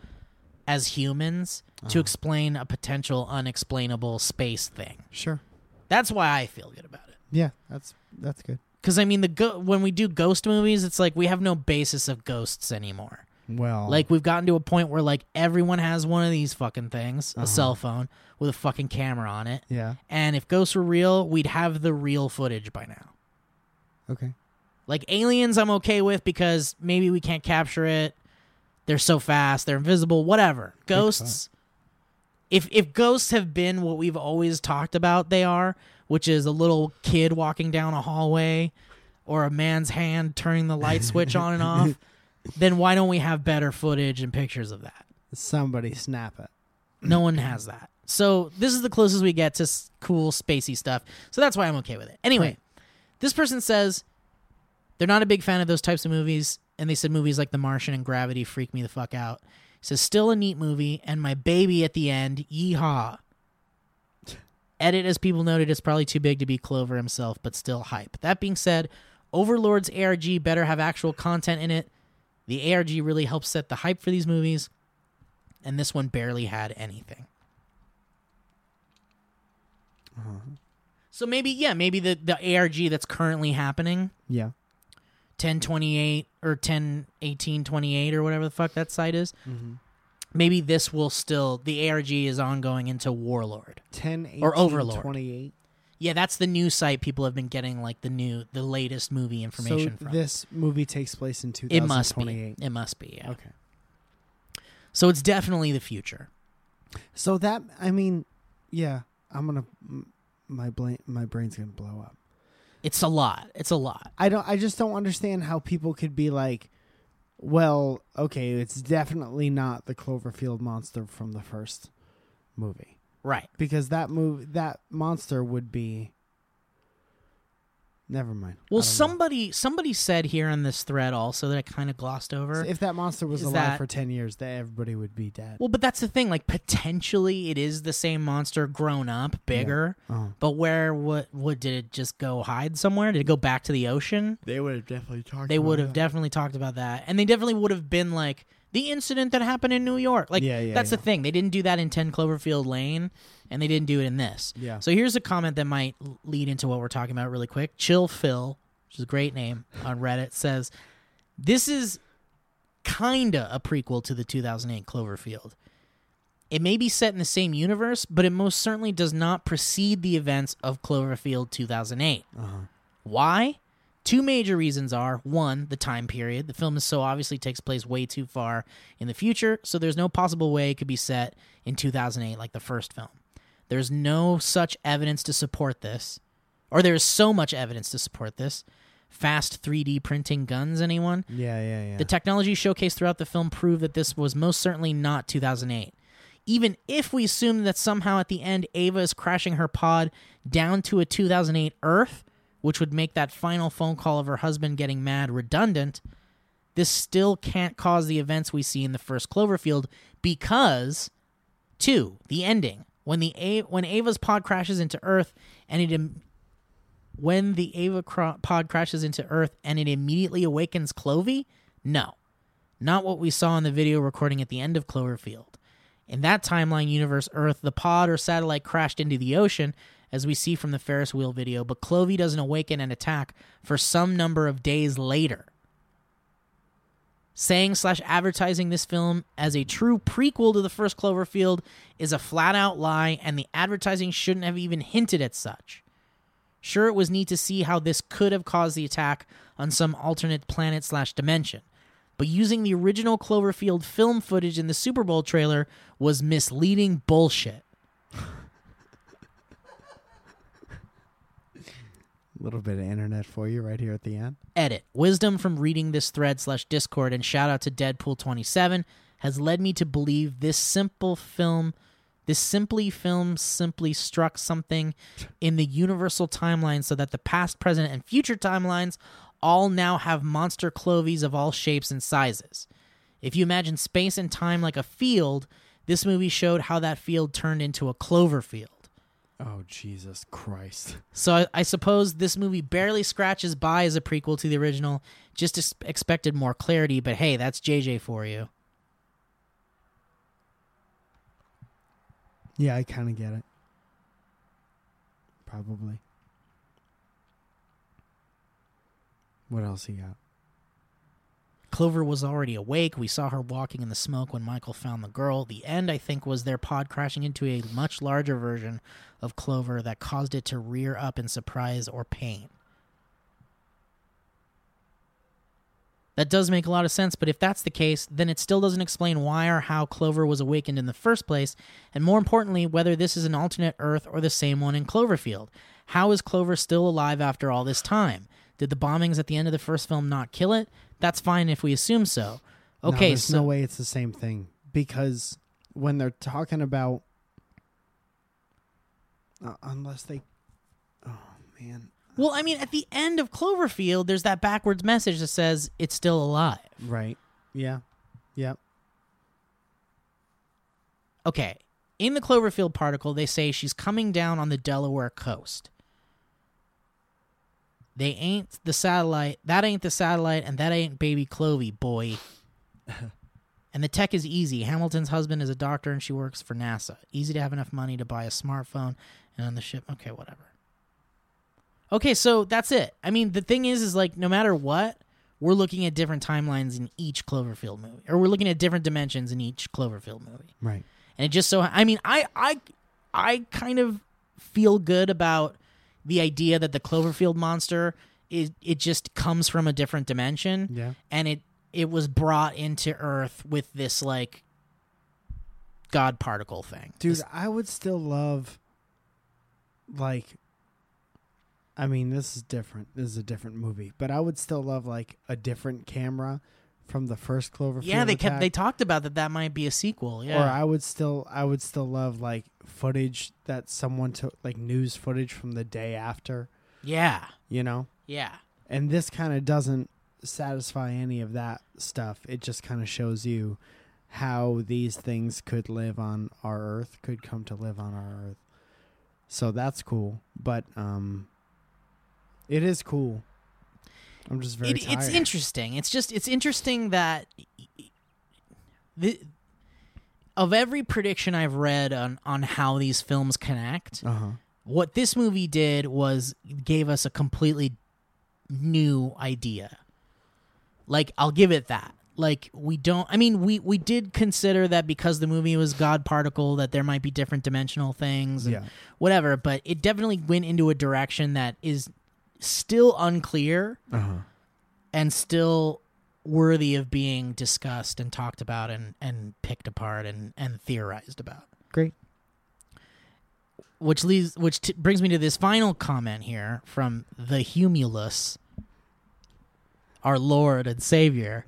Speaker 2: as humans to explain a potential unexplainable space thing.
Speaker 3: Sure.
Speaker 2: That's why I feel good about it.
Speaker 3: Yeah, that's that's good.
Speaker 2: Cuz I mean the go- when we do ghost movies it's like we have no basis of ghosts anymore.
Speaker 3: Well,
Speaker 2: Like we've gotten to a point where like everyone has one of these fucking things, a cell phone with a fucking camera on it.
Speaker 3: yeah.
Speaker 2: And if ghosts were real, we'd have the real footage by now.
Speaker 3: Okay.
Speaker 2: Like aliens I'm okay with because maybe we can't capture it. They're so fast, they're invisible, whatever. Ghosts if if ghosts have been what we've always talked about they are, which is a little kid walking down a hallway or a man's hand turning the light switch on and off, then why don't we have better footage and pictures of that?
Speaker 3: Somebody snap it.
Speaker 2: No one has that. So this is the closest we get to s- cool spacey stuff. So that's why I'm okay with it. Anyway, this person says they're not a big fan of those types of movies, and they said movies like The Martian and Gravity freak me the fuck out. He says still a neat movie, and my baby at the end, yeehaw. Edit, as people noted, it's probably too big to be Clover himself, but still hype. That being said, Overlord's ARG better have actual content in it. The ARG really helps set the hype for these movies and this one barely had anything.
Speaker 3: Uh-huh.
Speaker 2: So maybe yeah, maybe the the ARG that's currently happening,
Speaker 3: Yeah.
Speaker 2: 1028 or 101828 or whatever the fuck that site is.
Speaker 3: Mm-hmm.
Speaker 2: Maybe this will still the ARG is ongoing into Warlord.
Speaker 3: 10, 18,
Speaker 2: Or Overlord.
Speaker 3: 28.
Speaker 2: Yeah, that's the new site people have been getting like the new the latest movie
Speaker 3: So
Speaker 2: information from.
Speaker 3: this movie takes place in
Speaker 2: it must
Speaker 3: 2028.
Speaker 2: be. It must be. Yeah.
Speaker 3: Okay.
Speaker 2: So it's definitely the future.
Speaker 3: So that I mean, yeah, I'm gonna m- my brain my brain's gonna blow up.
Speaker 2: It's a lot. It's a lot.
Speaker 3: I don't. I just don't understand how people could be like, well, okay, it's definitely not the Cloverfield monster from the first movie
Speaker 2: Right.
Speaker 3: because that move that monster would be. Never mind.
Speaker 2: Well,
Speaker 3: I don't
Speaker 2: somebody somebody said here in this thread also that I kind of glossed
Speaker 3: know.
Speaker 2: over.
Speaker 3: if that monster was
Speaker 2: is
Speaker 3: alive
Speaker 2: that-
Speaker 3: for ten years, that everybody would be dead.
Speaker 2: well, but that's the thing. Like potentially, it is the same monster grown up, bigger.
Speaker 3: Oh.
Speaker 2: But where? What? What did it just go hide somewhere? Did it go back to the ocean?
Speaker 3: They would have definitely talked.
Speaker 2: They would have definitely talked about that, and they definitely would have been like the incident that happened in New York. Like
Speaker 3: Yeah, yeah,
Speaker 2: that's
Speaker 3: yeah.
Speaker 2: the thing. They didn't do that in Ten Cloverfield Lane, and they didn't do it in this.
Speaker 3: Yeah.
Speaker 2: So here's a comment that might l- lead into what we're talking about really quick. Chill Phil, which is a great name on Reddit, says this is kinda a prequel to the 2008 Cloverfield. It may be set in the same universe, but it most certainly does not precede the events of Cloverfield 2008. Why? Two major reasons are one, the time period. The film is so obviously takes place way too far in the future, so there's no possible way it could be set in 2008 like the first film. There's no such evidence to support this, or there's so much evidence to support this. Fast 3D printing guns, anyone?
Speaker 3: Yeah, yeah, yeah.
Speaker 2: The technology showcased throughout the film proved that this was most certainly not 2008. Even if we assume that somehow at the end Ava is crashing her pod down to a 2008 Earth, which would make that final phone call of her husband getting mad redundant, this still can't cause the events we see in the first Cloverfield because two, the ending when the A- when Ava's pod crashes into Earth and it Im- when the Ava cro- pod crashes into Earth and it immediately awakens Clovey? No. Not what we saw in the video recording at the end of Cloverfield. In that timeline universe, Earth, the pod or satellite crashed into the ocean, as we see from the Ferris wheel video, but Clovey doesn't awaken and attack for some number of days later. Saying slash advertising this film as a true prequel to the first Cloverfield is a flat out lie, and the advertising shouldn't have even hinted at such. Sure, it was neat to see how this could have caused the attack on some alternate planet slash dimension, but using the original Cloverfield film footage in the Super Bowl trailer was misleading bullshit.
Speaker 3: little bit of internet for you right here at the end.
Speaker 2: Edit. Wisdom from reading this thread slash Discord and shout out to Deadpool27 has led me to believe this simple film, this simply film simply struck something in the universal timeline so that the past, present, and future timelines all now have monster clovies of all shapes and sizes. If you imagine space and time like a field, this movie showed how that field turned into a clover field.
Speaker 3: Oh Jesus Christ!
Speaker 2: So I, I suppose this movie barely scratches by as a prequel to the original. Just ex- expected more clarity, but hey, that's JJ for you.
Speaker 3: Yeah, I kind of get it. Probably. What else you got?
Speaker 2: Clover was already awake. We saw her walking in the smoke when Michael found the girl. The end, I think, was their pod crashing into a much larger version of Clover that caused it to rear up in surprise or pain. That does make a lot of sense, but if that's the case, then it still doesn't explain why or how Clover was awakened in the first place, and more importantly, whether this is an alternate Earth or the same one in Cloverfield. How is Clover still alive after all this time? Did the bombings at the end of the first film not kill it? That's fine if we assume so.
Speaker 3: No,
Speaker 2: Okay,
Speaker 3: there's
Speaker 2: so
Speaker 3: no way it's the same thing because when they're talking about, uh, unless they, oh man,
Speaker 2: well, I mean, at the end of Cloverfield, there's that backwards message that says it's still alive.
Speaker 3: right? Yeah, yeah.
Speaker 2: Okay, in the Cloverfield particle, they say she's coming down on the Delaware coast. They ain't the satellite. That ain't the satellite, and that ain't baby Clovey, boy. and the tech is easy. Hamilton's husband is a doctor, and she works for NASA. Easy to have enough money to buy a smartphone, and on the ship. Okay, whatever. Okay, so that's it. I mean, the thing is, is like no matter what, we're looking at different timelines in each Cloverfield movie, or we're looking at different dimensions in each Cloverfield movie
Speaker 3: Right.
Speaker 2: and it just so i mean i i i kind of feel good about the idea that the cloverfield monster is it just comes from a different dimension
Speaker 3: Yeah.
Speaker 2: and it it was brought into earth with this like god particle thing
Speaker 3: Dude,
Speaker 2: This-
Speaker 3: I would still love like I mean, this is different. This is a different movie, but I would still love like a different camera from the first Cloverfield.
Speaker 2: yeah they kept they
Speaker 3: attack,
Speaker 2: talked about that that might be a sequel
Speaker 3: Or
Speaker 2: yeah
Speaker 3: I would still I would still love like footage that someone took like news footage from the day after,
Speaker 2: yeah
Speaker 3: you know?
Speaker 2: yeah
Speaker 3: And this kind of doesn't satisfy any of that stuff. It just kind of shows you how these things could live on our earth, could come to live on our earth. So that's cool, but um it is cool. I'm just very
Speaker 2: It-
Speaker 3: tired.
Speaker 2: it's interesting it's just it's interesting that the, of every prediction i've read on on how these films connect
Speaker 3: uh-huh.
Speaker 2: what this movie did was gave us a completely new idea. Like I'll give it that. Like we don't I mean we we did consider that because the movie was god particle that there might be different dimensional things and
Speaker 3: Yeah.
Speaker 2: whatever, but it definitely went into a direction that is still unclear
Speaker 3: Uh-huh.
Speaker 2: and still worthy of being discussed and talked about and and picked apart and and theorized about
Speaker 3: Great.
Speaker 2: which leads which t- brings me to this final comment here from the humulus our lord and savior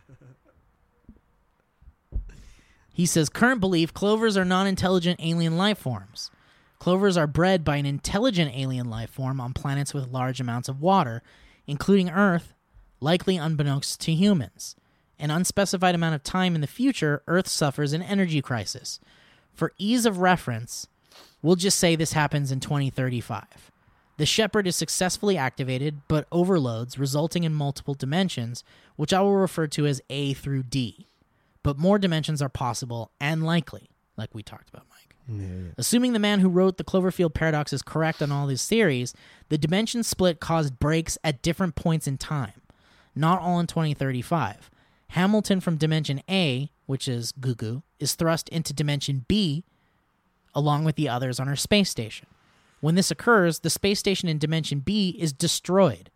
Speaker 2: he says current belief clovers are non-intelligent alien life forms clovers are bred by an intelligent alien life form on planets with large amounts of water including earth likely unbeknownst to humans an unspecified amount of time in the future earth suffers an energy crisis for ease of reference We'll just say this happens in 2035. The Shepherd is successfully activated, but overloads, resulting in multiple dimensions, which I will refer to as A through D. But more dimensions are possible and likely, like we talked about, Mike. Assuming the man who wrote the Cloverfield paradox is correct on all these theories, the dimension split caused breaks at different points in time, not all in 2035. Hamilton from dimension A, which is Gugu, is thrust into dimension B, along with the others on her space station. When this occurs, the space station in Dimension B is destroyed,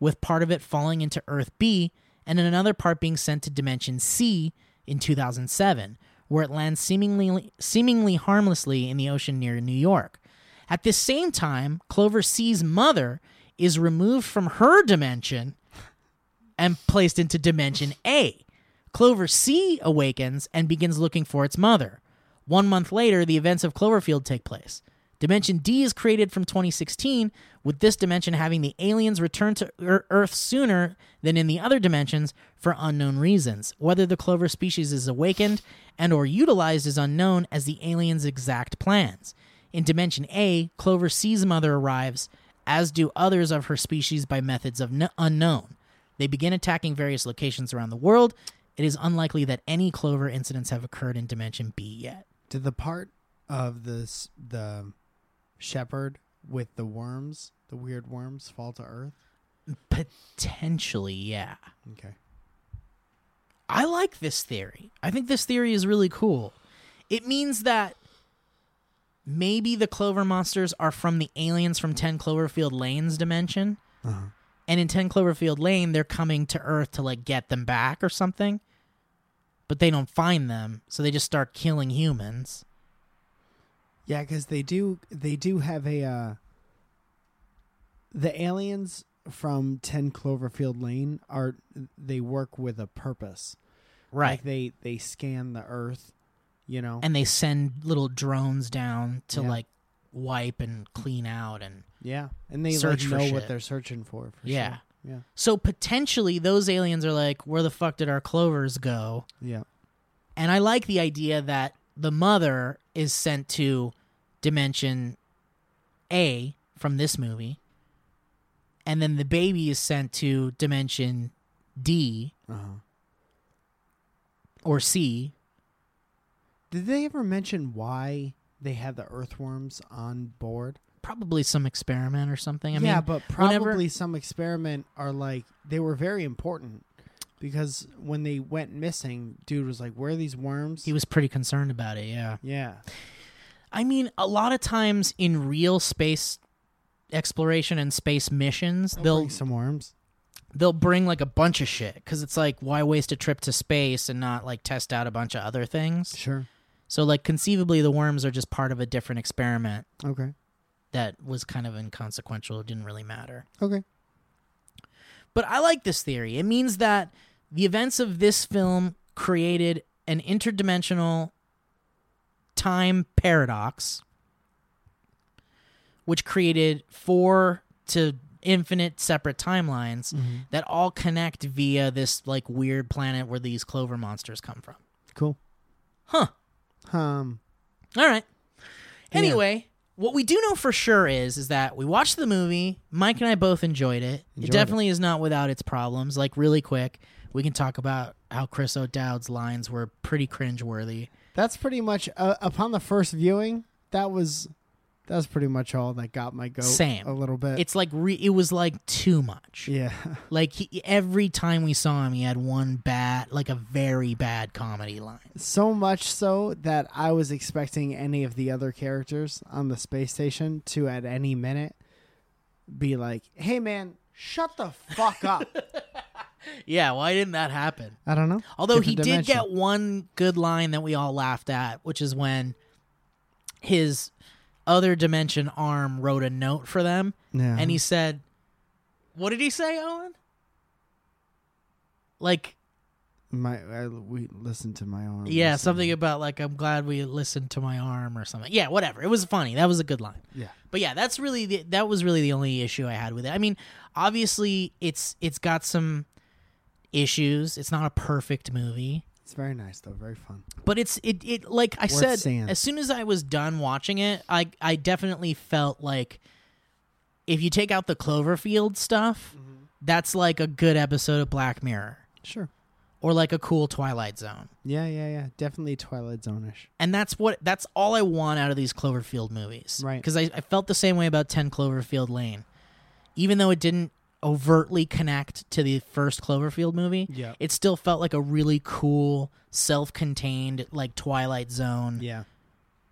Speaker 2: with part of it falling into Earth B and another part being sent to Dimension C in 2007, where it lands seemingly, seemingly harmlessly in the ocean near New York. At the same time, Clover C's mother is removed from her dimension and placed into Dimension A. Clover C awakens and begins looking for its mother. One month later, the events of Cloverfield take place. Dimension D is created from 2016, with this dimension having the aliens return to Ear- Earth sooner than in the other dimensions for unknown reasons. Whether the Clover species is awakened and or utilized is unknown as the aliens' exact plans. In Dimension A, Clover C's mother arrives, as do others of her species by methods of n- unknown. They begin attacking various locations around the world. It is unlikely that any clover incidents have occurred in Dimension B yet.
Speaker 3: Did the part of this the shepherd with the worms, the weird worms fall to earth?
Speaker 2: Potentially, yeah.
Speaker 3: Okay.
Speaker 2: I like this theory. I think this theory is really cool. It means that maybe the Clover monsters are from the aliens from 10 Cloverfield Lane's dimension. And in 10 Cloverfield Lane, they're coming to Earth to like get them back or something. But they don't find them, so they just start killing humans.
Speaker 3: Yeah, because they do they do have a uh, the aliens from Ten Cloverfield Lane are they work with a purpose. Like they they scan the Earth, you know.
Speaker 2: and they send little drones down to
Speaker 3: Yeah.
Speaker 2: like wipe and clean out and
Speaker 3: yeah, and they like,
Speaker 2: search for
Speaker 3: know
Speaker 2: shit.
Speaker 3: what they're searching for. for
Speaker 2: Yeah.
Speaker 3: sure. yeah,
Speaker 2: so potentially those aliens are like where the fuck did our clovers go
Speaker 3: yeah.
Speaker 2: and i like the idea that the mother is sent to dimension a from this movie and then the baby is sent to dimension d
Speaker 3: Uh-huh.
Speaker 2: or c
Speaker 3: Did they ever mention why they had the earthworms on board?
Speaker 2: probably some experiment or something i
Speaker 3: yeah,
Speaker 2: mean
Speaker 3: but probably
Speaker 2: whenever-
Speaker 3: some experiment are like they were very important because when they went missing, dude was like, "Where are these worms?"
Speaker 2: he was pretty concerned about it yeah
Speaker 3: yeah,
Speaker 2: I mean, a lot of times in real space exploration and space missions, they'll
Speaker 3: bring some worms.
Speaker 2: they'll bring like a bunch of shit because it's like why waste a trip to space and not like test out a bunch of other things.
Speaker 3: Sure.
Speaker 2: So like conceivably, the worms are just part of a different experiment
Speaker 3: Okay.
Speaker 2: that was kind of inconsequential. It didn't really matter.
Speaker 3: Okay.
Speaker 2: But I like this theory. It means that the events of this film created an interdimensional time paradox, which created four to infinite separate timelines that all connect via this like weird planet where these clover monsters come from.
Speaker 3: Cool.
Speaker 2: Huh.
Speaker 3: Um.
Speaker 2: All right. Anyway, what we do know for sure is is that we watched the movie. Mike and I both enjoyed it. it
Speaker 3: Enjoyed it.
Speaker 2: definitely is not without its problems. Like really quick, we can talk about how Chris O'Dowd's lines were pretty cringeworthy.
Speaker 3: That's pretty much uh, upon the first viewing. That was that was pretty much all that got my goat.
Speaker 2: Same.
Speaker 3: A little bit.
Speaker 2: It's like re- it was like too much.
Speaker 3: yeah.
Speaker 2: Like he, every time we saw him, he had one bad, like a very bad comedy line.
Speaker 3: So much so that I was expecting any of the other characters on the space station to at any minute be like, "Hey man, shut the fuck up."
Speaker 2: Yeah, why didn't that happen?
Speaker 3: I don't know.
Speaker 2: Although he
Speaker 3: Different
Speaker 2: did
Speaker 3: dimension.
Speaker 2: get one good line that we all laughed at, which is when his other dimension arm wrote a note for them,
Speaker 3: Yeah.
Speaker 2: and he said, "What did he say, Owen?" Like,
Speaker 3: my I, we listened to my arm.
Speaker 2: yeah, something about like, "I'm glad we listened to my arm" or something. Yeah, whatever. It was funny. That was a good line.
Speaker 3: Yeah.
Speaker 2: But yeah, that's really the, that was really the only issue I had with it. I mean, obviously it's it's got some issues. It's not a perfect movie.
Speaker 3: It's very nice though. Very fun.
Speaker 2: but it's it, it like I said
Speaker 3: seeing.
Speaker 2: as soon as I was done watching it I I definitely felt like if you take out the Cloverfield stuff
Speaker 3: Mm-hmm.
Speaker 2: that's like a good episode of Black Mirror
Speaker 3: Sure.
Speaker 2: or like a cool Twilight Zone
Speaker 3: Yeah, yeah, yeah. Definitely Twilight Zone-ish.
Speaker 2: and that's what that's all I want out of these Cloverfield movies
Speaker 3: Right.
Speaker 2: because I, I felt the same way about 10 Cloverfield Lane even though it didn't overtly connect to the first Cloverfield movie
Speaker 3: Yeah.
Speaker 2: it still felt like a really cool self-contained like Twilight Zone
Speaker 3: Yeah.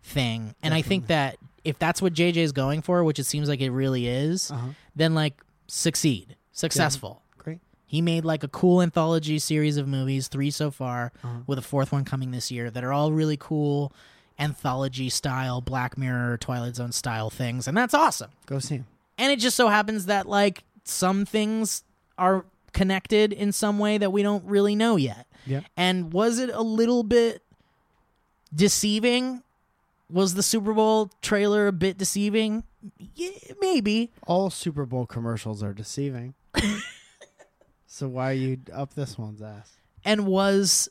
Speaker 2: thing. And I think that if that's what JJ is going for, which it seems like it really is,
Speaker 3: Uh huh.
Speaker 2: then like succeed, successful.
Speaker 3: Great.
Speaker 2: He made like a cool anthology series of movies, three so far, with a fourth one coming this year that are all really cool anthology style, Black Mirror, Twilight Zone style things. And that's awesome.
Speaker 3: Go see him.
Speaker 2: And it just so happens that like some things are connected in some way that we don't really know yet.
Speaker 3: Yeah.
Speaker 2: And was it a little bit deceiving? Was the Super Bowl trailer a bit deceiving? Yeah, maybe.
Speaker 3: All Super Bowl commercials are deceiving. so why are you up this one's ass?
Speaker 2: And was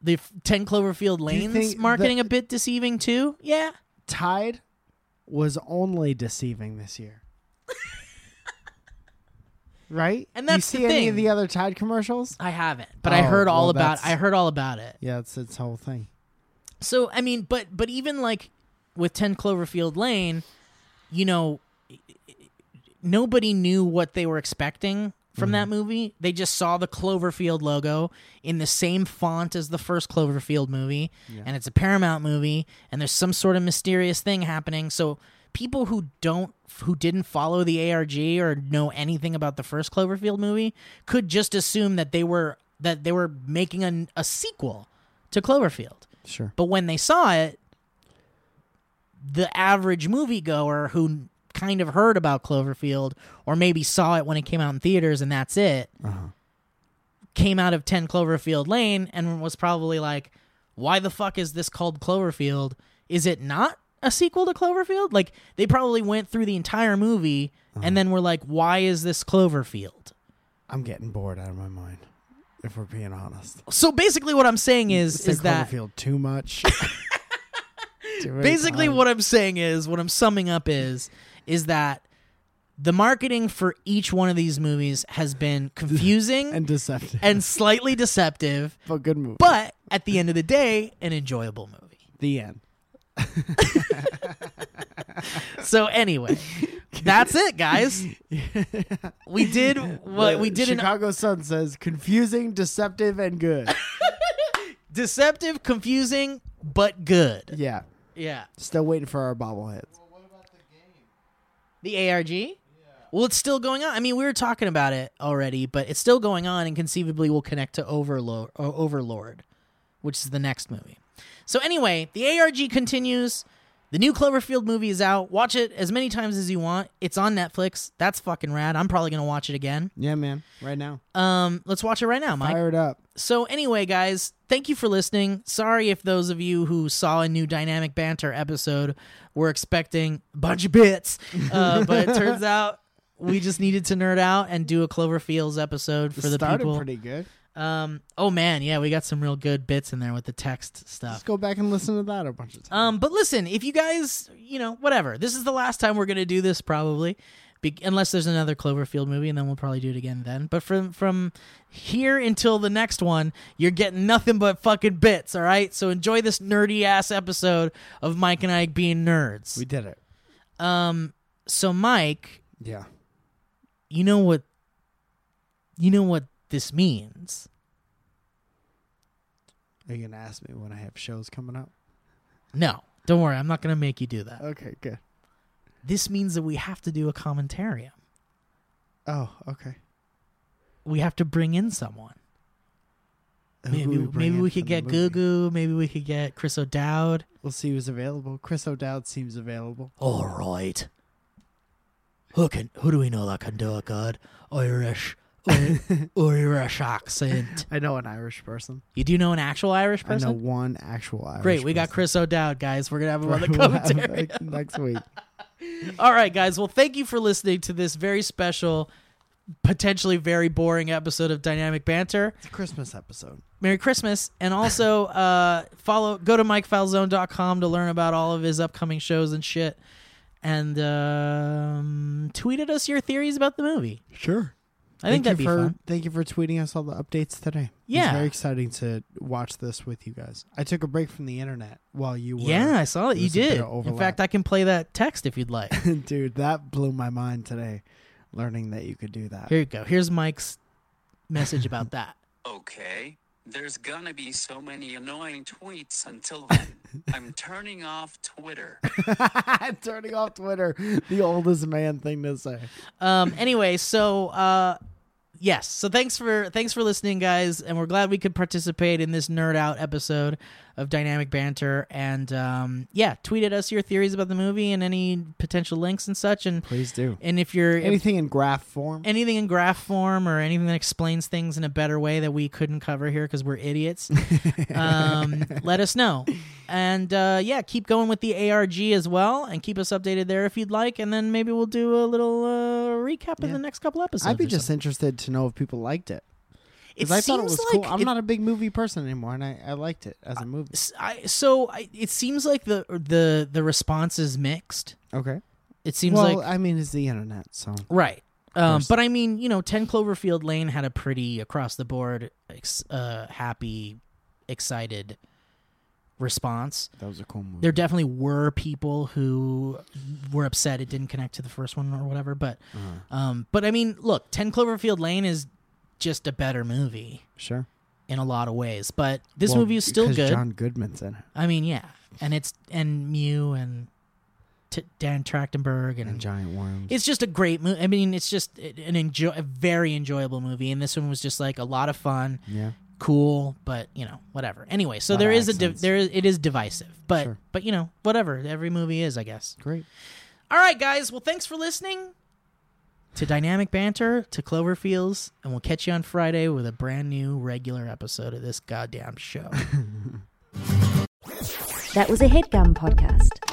Speaker 2: the f- 10 Cloverfield
Speaker 3: you
Speaker 2: Lanes
Speaker 3: think
Speaker 2: marketing
Speaker 3: the-
Speaker 2: a bit deceiving too? Yeah.
Speaker 3: Tide was only deceiving this year. right?
Speaker 2: And that's
Speaker 3: you see
Speaker 2: the
Speaker 3: any of
Speaker 2: thing.
Speaker 3: the other Tide commercials?
Speaker 2: I haven't, but I
Speaker 3: Oh,
Speaker 2: heard all
Speaker 3: well,
Speaker 2: about
Speaker 3: that's-
Speaker 2: I heard all about it.
Speaker 3: Yeah, it's its whole thing.
Speaker 2: So I mean, but but even like with Ten Cloverfield Lane, you know, nobody knew what they were expecting from that movie. They just saw the Cloverfield logo in the same font as the first Cloverfield movie, and it's a Paramount movie, and there's some sort of mysterious thing happening. So people who don't who didn't follow the ARG or know anything about the first Cloverfield movie could just assume that they were that they were making an, a sequel to Cloverfield.
Speaker 3: Sure.
Speaker 2: But when they saw it, the average moviegoer who kind of heard about Cloverfield or maybe saw it when it came out in theaters and that's it came out of 10 Cloverfield Lane and was probably like, why the fuck is this called Cloverfield? Is it not a sequel to Cloverfield? Like, they probably went through the entire movie and then were like, why is this Cloverfield?
Speaker 3: I'm getting bored out of my mind. If we're being honest,
Speaker 2: So basically, what I'm saying is,
Speaker 3: Say
Speaker 2: is that
Speaker 3: Cloverfield too much? Too many
Speaker 2: basically
Speaker 3: times.
Speaker 2: what i'm saying is what i'm summing up is is that the marketing for each one of these movies has been confusing
Speaker 3: and
Speaker 2: and,
Speaker 3: deceptive
Speaker 2: slightly deceptive
Speaker 3: but good movie.
Speaker 2: but at the end of the day an enjoyable movie
Speaker 3: the end.
Speaker 2: so anyway that's it guys we did what we did an
Speaker 3: Chicago Sun says confusing, deceptive, and good.
Speaker 2: deceptive confusing but good
Speaker 3: yeah,
Speaker 2: yeah
Speaker 3: still waiting for our bobbleheads.
Speaker 2: The ARG? Well, it's still going on. I mean, we were talking about it already, but it's still going on and conceivably will connect to Overlord, or Overlord which is the next movie. So, anyway, the ARG continues. The new Cloverfield movie is out. Watch it as many times as you want. It's on Netflix. That's fucking rad. I'm probably going to watch it again.
Speaker 3: Yeah, man, right now,
Speaker 2: Um, let's watch it right now, Mike.
Speaker 3: fired up.
Speaker 2: So anyway, guys, thank you for listening. Sorry if those of you who saw a new dynamic banter episode were expecting a bunch of bits, uh, but it turns out we just needed to nerd out and do a Cloverfields episode for the
Speaker 3: Started
Speaker 2: people.
Speaker 3: pretty good.
Speaker 2: um, oh man, yeah, we got some real good bits in there with the text stuff.
Speaker 3: Let's go back and listen to that a bunch of times.
Speaker 2: Um, but listen, if you guys, you know, whatever, this is the last time we're gonna do this probably, be- unless there's another Cloverfield movie, and then we'll probably do it again then. But from from here until the next one, you're getting nothing but fucking bits. All right, so enjoy this nerdy ass episode of Mike and Ike being nerds.
Speaker 3: we did it.
Speaker 2: um, so Mike,
Speaker 3: Yeah.
Speaker 2: you know what, you know what this means.
Speaker 3: Are you gonna ask me when I have shows coming up?
Speaker 2: No, don't worry, I'm not gonna make you do that.
Speaker 3: Okay, good.
Speaker 2: This means that we have to do a commentarium.
Speaker 3: Oh, okay.
Speaker 2: We have to bring in someone.
Speaker 3: Who could
Speaker 2: Maybe
Speaker 3: bring
Speaker 2: maybe
Speaker 3: in
Speaker 2: we
Speaker 3: for
Speaker 2: could
Speaker 3: the
Speaker 2: get
Speaker 3: movie?
Speaker 2: Goo Goo. Maybe we could get Chris O'Dowd.
Speaker 3: We'll see who's available. Chris O'Dowd seems available.
Speaker 2: All right. Who can? Who do we know that can do a good Irish Irish accent?
Speaker 3: I know an Irish person.
Speaker 2: You do know an actual Irish person?
Speaker 3: I know one actual Irish.
Speaker 2: Great, we got
Speaker 3: person.
Speaker 2: Chris O'Dowd, guys. We're gonna have him on the
Speaker 3: We'll have him
Speaker 2: commentary.
Speaker 3: back next week.
Speaker 2: All right, guys. Well, thank you for listening to this very special, potentially very boring episode of Dynamic Banter.
Speaker 3: It's a Christmas episode.
Speaker 2: Merry Christmas. And also uh, follow go to MikeFalzone.com to learn about all of his upcoming shows and shit. And um, tweet at us your theories about the movie.
Speaker 3: Sure.
Speaker 2: I think that'd be
Speaker 3: you for,
Speaker 2: fun.
Speaker 3: Thank you for tweeting us all the updates today.
Speaker 2: Yeah.
Speaker 3: It's very exciting to watch this with you guys. I took a break from the internet while you were.
Speaker 2: Yeah, I saw it. You
Speaker 3: there's a bit
Speaker 2: did.
Speaker 3: of
Speaker 2: In
Speaker 3: overlap.
Speaker 2: fact, I can play that text if you'd like.
Speaker 3: Dude, that blew my mind today, learning that you could do that.
Speaker 2: Here you go. Here's Mike's message about that.
Speaker 4: Okay, there's gonna be so many annoying tweets until then. I'm turning off Twitter.
Speaker 3: Turning off Twitter, the oldest man thing to say.
Speaker 2: Um, anyway, so uh, yes, so thanks for thanks for listening, guys, and we're glad we could participate in this nerd out episode of Dynamic Banter. And um, yeah, tweet at us your theories about the movie and any potential links and such. And
Speaker 3: Please do.
Speaker 2: and if you're if
Speaker 3: Anything in graph form?
Speaker 2: anything in graph form or anything that explains things in a better way that we couldn't cover here because we're idiots, um, let us know. And uh, yeah, keep going with the ARG as well and keep us updated there if you'd like. And then maybe we'll do a little uh, recap in
Speaker 3: Yeah.
Speaker 2: the next couple episodes.
Speaker 3: I'd be
Speaker 2: or
Speaker 3: just
Speaker 2: something.
Speaker 3: interested to know if people liked it.
Speaker 2: It
Speaker 3: Because I thought it
Speaker 2: seems
Speaker 3: was
Speaker 2: like
Speaker 3: cool. I'm
Speaker 2: it- Uh,
Speaker 3: not a big movie person anymore, and I, I liked it as a movie.
Speaker 2: s- I- so I, it seems like the the the response is mixed.
Speaker 3: Okay.
Speaker 2: It seems
Speaker 3: well,
Speaker 2: like
Speaker 3: I mean, it's the internet, so
Speaker 2: right. Um,
Speaker 3: course.
Speaker 2: but I mean, you know, Ten Cloverfield Lane had a pretty across the board, ex- uh, happy, excited response.
Speaker 3: That was a cool movie.
Speaker 2: There definitely were people who were upset it didn't connect to the first one or whatever, but
Speaker 3: Mm-hmm.
Speaker 2: um, but I mean, look, Ten Cloverfield Lane is just a better movie
Speaker 3: sure.
Speaker 2: in a lot of ways. But this
Speaker 3: Well,
Speaker 2: movie is still
Speaker 3: 'cause
Speaker 2: good.
Speaker 3: John Goodman's in it.
Speaker 2: I mean, yeah, and it's and Mew and T- Dan Trachtenberg and,
Speaker 3: And giant worms.
Speaker 2: it's just a great movie. I mean, it's just an enjoy a very enjoyable movie, and this one was just like a lot of fun,
Speaker 3: yeah.
Speaker 2: cool, but you know, whatever. Anyway, so
Speaker 3: Lot
Speaker 2: there
Speaker 3: of
Speaker 2: is a div-
Speaker 3: accents.
Speaker 2: there is it is divisive, but
Speaker 3: Sure.
Speaker 2: but you know, whatever. Every movie is, I guess.
Speaker 3: Great.
Speaker 2: All right, guys. Well, thanks for listening to Dynamic Banter, to Cloverfields, and we'll catch you on Friday with a brand new regular episode of this goddamn show.
Speaker 1: That was a headgum podcast.